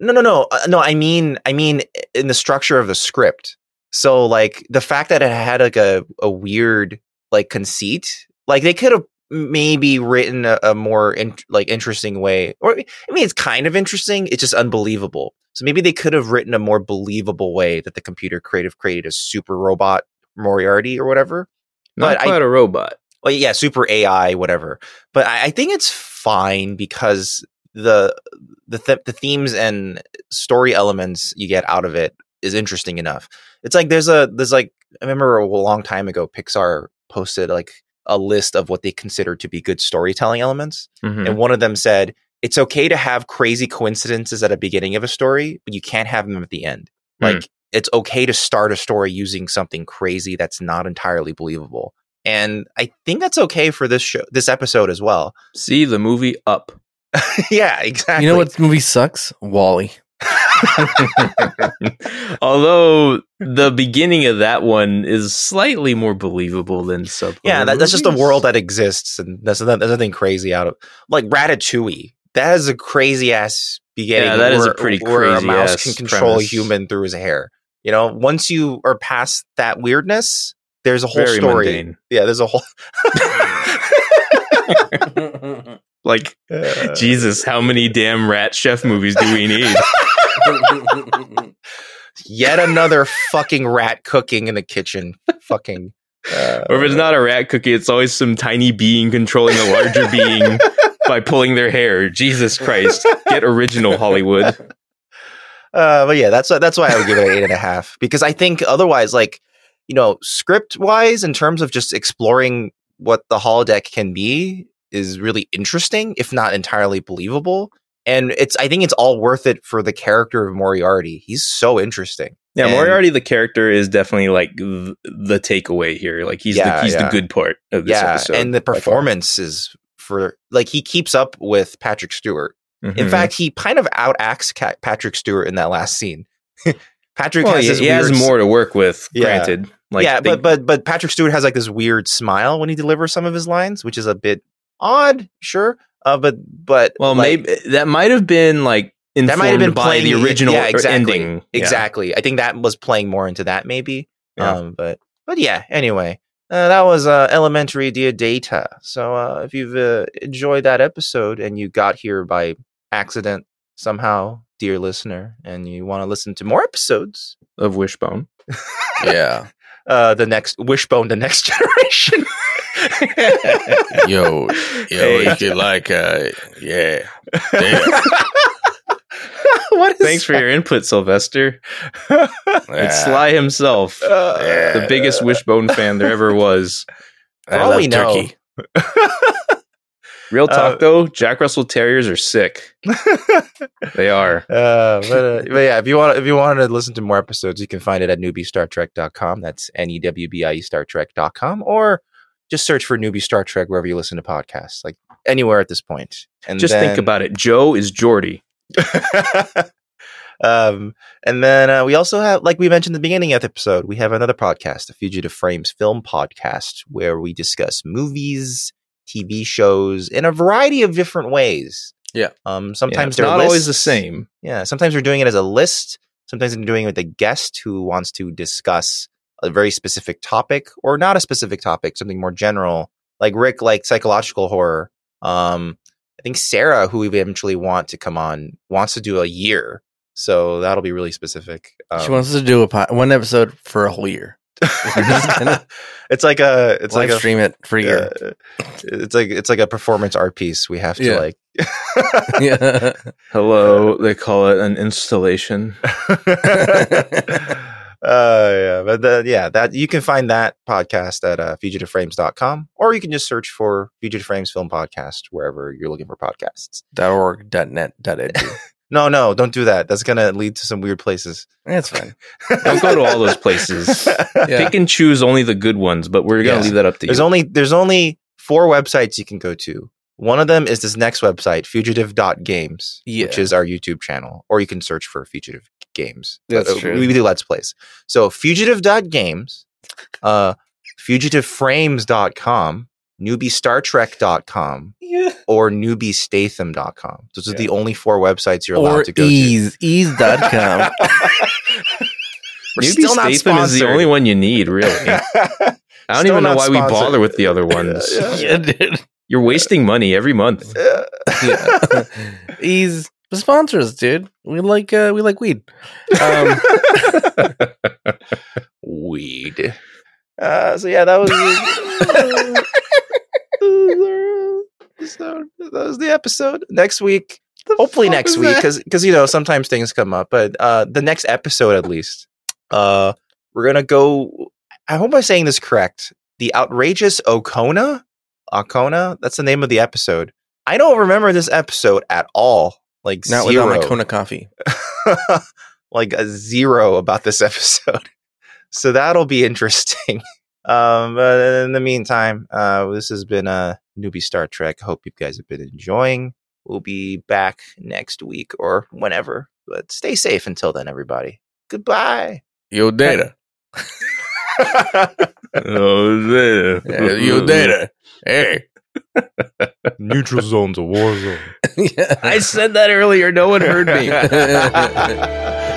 Speaker 1: no no no Uh, no. I mean I mean in the structure of the script. So like the fact that it had like a, a weird like conceit, like they could have maybe written a, a more in, like interesting way. Or I mean it's kind of interesting. It's just unbelievable. So maybe they could have written a more believable way that the computer creative created a super robot Moriarty or whatever.
Speaker 3: Not
Speaker 1: But I-
Speaker 3: quite a robot.
Speaker 1: well, yeah, super AI, whatever. But I, I think it's fine because the the th- the themes and story elements you get out of it is interesting enough. It's like there's a there's like I remember a long time ago Pixar posted like a list of what they consider to be good storytelling elements,
Speaker 3: Mhm.
Speaker 2: Mm-hmm.
Speaker 1: and one of them said it's okay to have crazy coincidences at the beginning of a story, but you can't have them at the end.
Speaker 3: Hmm.
Speaker 2: Mm.
Speaker 1: Like it's okay to start a story using something crazy that's not entirely believable. And I think that's okay for this show, this episode as well.
Speaker 3: See the movie Up.
Speaker 1: yeah, exactly.
Speaker 2: You know what movie sucks? Wally.
Speaker 3: Although the beginning of that one is slightly more believable than sub.
Speaker 1: Yeah, that, that's just a world that exists, and that's there's nothing crazy out of like Ratatouille. That is a crazy ass beginning.
Speaker 3: Yeah, that is a
Speaker 1: where-
Speaker 3: pretty
Speaker 1: where a mouse
Speaker 3: crazy-ass
Speaker 1: can control
Speaker 3: premise.
Speaker 1: a human through his hair. You know, once you are past that weirdness, there's a whole
Speaker 3: Very
Speaker 1: story.
Speaker 3: mundane.
Speaker 1: Yeah, there's a whole.
Speaker 3: Like
Speaker 1: Uh,
Speaker 3: Jesus, how many damn Rat Chef movies do we need?
Speaker 1: yet another fucking rat cooking in the kitchen. Fucking. Uh,
Speaker 3: or if it's not a rat cookie, it's always some tiny being controlling a larger being by pulling their hair. Jesus Christ, get original Hollywood.
Speaker 1: Uh, but yeah, that's why- that's why I would give it an eight and a half because I think otherwise, like you know, script wise, in terms of just exploring what the holodeck can be, is really interesting, if not entirely believable. And it's I think it's all worth it for the character of Moriarty. He's so interesting.
Speaker 3: Yeah,
Speaker 1: And-
Speaker 3: Moriarty, the character, is definitely like th- the takeaway here. Like he's
Speaker 1: Yeah,
Speaker 3: the he's
Speaker 1: yeah.
Speaker 3: the good part of this
Speaker 1: yeah,
Speaker 3: episode.
Speaker 1: and the
Speaker 3: by far.
Speaker 1: performance is for like he keeps up with Patrick Stewart. In
Speaker 3: Mhm.
Speaker 1: fact, he kind of out acts Patrick Stewart in that last scene. Patrick
Speaker 3: Well,
Speaker 1: has
Speaker 3: he,
Speaker 1: this
Speaker 3: he
Speaker 1: weird,
Speaker 3: has more to work with.
Speaker 1: Yeah.
Speaker 3: Granted, like
Speaker 1: yeah,
Speaker 3: they-
Speaker 1: but but but Patrick Stewart has like this weird smile when he delivers some of his lines, which is a bit odd, sure. Uh, but but
Speaker 3: well,
Speaker 1: like,
Speaker 3: maybe that might have been like informed
Speaker 1: that might have been
Speaker 3: by
Speaker 1: playing e-,
Speaker 3: the original
Speaker 1: yeah,
Speaker 3: or
Speaker 1: exactly,
Speaker 3: ending. Yeah.
Speaker 1: Exactly, I think that was playing more into that maybe.
Speaker 3: Yeah.
Speaker 1: Um, but but yeah. Anyway, uh, that was uh, elementary dear data. So uh, if you've uh, enjoyed that episode and you got here by accident somehow, dear listener, and you want to listen to more episodes,
Speaker 3: of Wishbone.
Speaker 2: yeah.
Speaker 1: uh, the next Wishbone, the next generation.
Speaker 2: Yo,
Speaker 3: Hey.
Speaker 2: you like, uh, yeah.
Speaker 1: what is
Speaker 3: Thanks for your input, Sylvester. It's Sly himself,
Speaker 1: uh,
Speaker 3: the biggest Wishbone fan there ever was.
Speaker 1: For all we know,
Speaker 3: Real
Speaker 1: Uh,
Speaker 3: talk, though, Jack Russell Terriers are sick. they are.
Speaker 1: Uh, but, uh, but yeah, if you want if you wanted to listen to more episodes, you can find it at newbiestartrek.com. That's n e w b i e Star Trek.com, or just search for newbie Star Trek wherever you listen to podcasts, like anywhere at this point. And
Speaker 3: Just think
Speaker 1: then-
Speaker 3: about it. Joe is Geordie.
Speaker 1: um, and then uh, we also have, like we mentioned at the beginning of the episode, we have another podcast, the Fugitive Frames Film Podcast, where we discuss movies, TV shows in a variety of different ways.
Speaker 2: Yeah.
Speaker 1: Um.
Speaker 3: Yeah,
Speaker 1: Sometimes
Speaker 3: it's
Speaker 1: they're
Speaker 3: not always the
Speaker 1: lists.
Speaker 3: same.
Speaker 1: Yeah. Sometimes we're doing it as a list. Sometimes we're doing it with a guest who wants to discuss a very specific topic or not a specific topic, something more general. Like Rick, like psychological horror. Um, I think Sarah, who we eventually want to come on, wants to do a year. So that'll be really specific. Um,
Speaker 2: she wants us to do a po- one episode for a whole year.
Speaker 1: it's like a it's
Speaker 2: It's Live
Speaker 1: like a
Speaker 2: stream it for a year.
Speaker 1: uh, it's like it's like a performance art piece. We have to
Speaker 2: Yeah.
Speaker 1: like
Speaker 2: Yeah.
Speaker 3: Hello, they call it an installation.
Speaker 1: uh yeah but the, yeah that you can find that podcast at uh, fugitiveframes.com or you can just search for fugitive frames film podcast wherever you're looking for podcasts
Speaker 2: dot org. Dot net. Dot edu.
Speaker 1: no no don't do that that's gonna lead to some weird places
Speaker 2: That's fine.
Speaker 3: Don't go to all those places.
Speaker 2: Yeah.
Speaker 3: Pick and choose only the good ones, but we're going to
Speaker 1: Yeah.
Speaker 3: leave that up to
Speaker 1: there's
Speaker 3: you.
Speaker 1: only there's only four websites you can go to one of them is this next website fugitive.games
Speaker 2: Yeah.
Speaker 1: which is our youtube channel or you can search for fugitive games
Speaker 2: That's
Speaker 1: But, uh,
Speaker 2: true.
Speaker 1: we do let's plays so fugitive.games uh fugitiveframes.com newbiestartrek.com
Speaker 2: Yeah.
Speaker 1: or newbiestatham.com those are the only four websites you're
Speaker 2: Or
Speaker 1: allowed to go
Speaker 2: ease. Ease.com.
Speaker 1: to We're
Speaker 3: Newbie
Speaker 1: still not
Speaker 3: Statham is the
Speaker 1: sponsored.
Speaker 3: only one you need, really. I don't
Speaker 1: Still
Speaker 3: even know
Speaker 1: not
Speaker 3: why we
Speaker 1: sponsored.
Speaker 3: bother with the other ones.
Speaker 1: Yeah.
Speaker 2: yeah, dude.
Speaker 3: You're wasting money every month.
Speaker 2: Yeah. Ease. Sponsors, dude. We like uh, we like weed. Um,
Speaker 1: weed. Uh, so yeah, that was so that was the episode. Next week, hopefully
Speaker 2: fuck
Speaker 1: next
Speaker 2: is
Speaker 1: week,
Speaker 2: that?
Speaker 1: because because you know sometimes things come up, but uh, the next episode at least, uh, we're gonna go. I hope I'm saying this correct. The outrageous Okona, Okona. That's the name of the episode. I don't remember this episode at all. Like
Speaker 2: not
Speaker 1: zero
Speaker 2: without my Kona coffee.
Speaker 1: like a zero about this episode. So that'll be interesting. Um, but in the meantime, uh, this has been uh, Newbie Star Trek. Hope you guys have been enjoying. We'll be back next week or whenever. But stay safe until then, everybody. Goodbye.
Speaker 2: Yo data.
Speaker 3: oh,
Speaker 2: Yeah, yo data. Hey.
Speaker 1: Neutral zone's a war zone.
Speaker 3: I said that earlier. No one heard me.
Speaker 2: Yeah.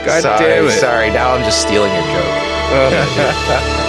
Speaker 1: God sorry,
Speaker 3: damn it.
Speaker 1: Sorry, now I'm just stealing your joke.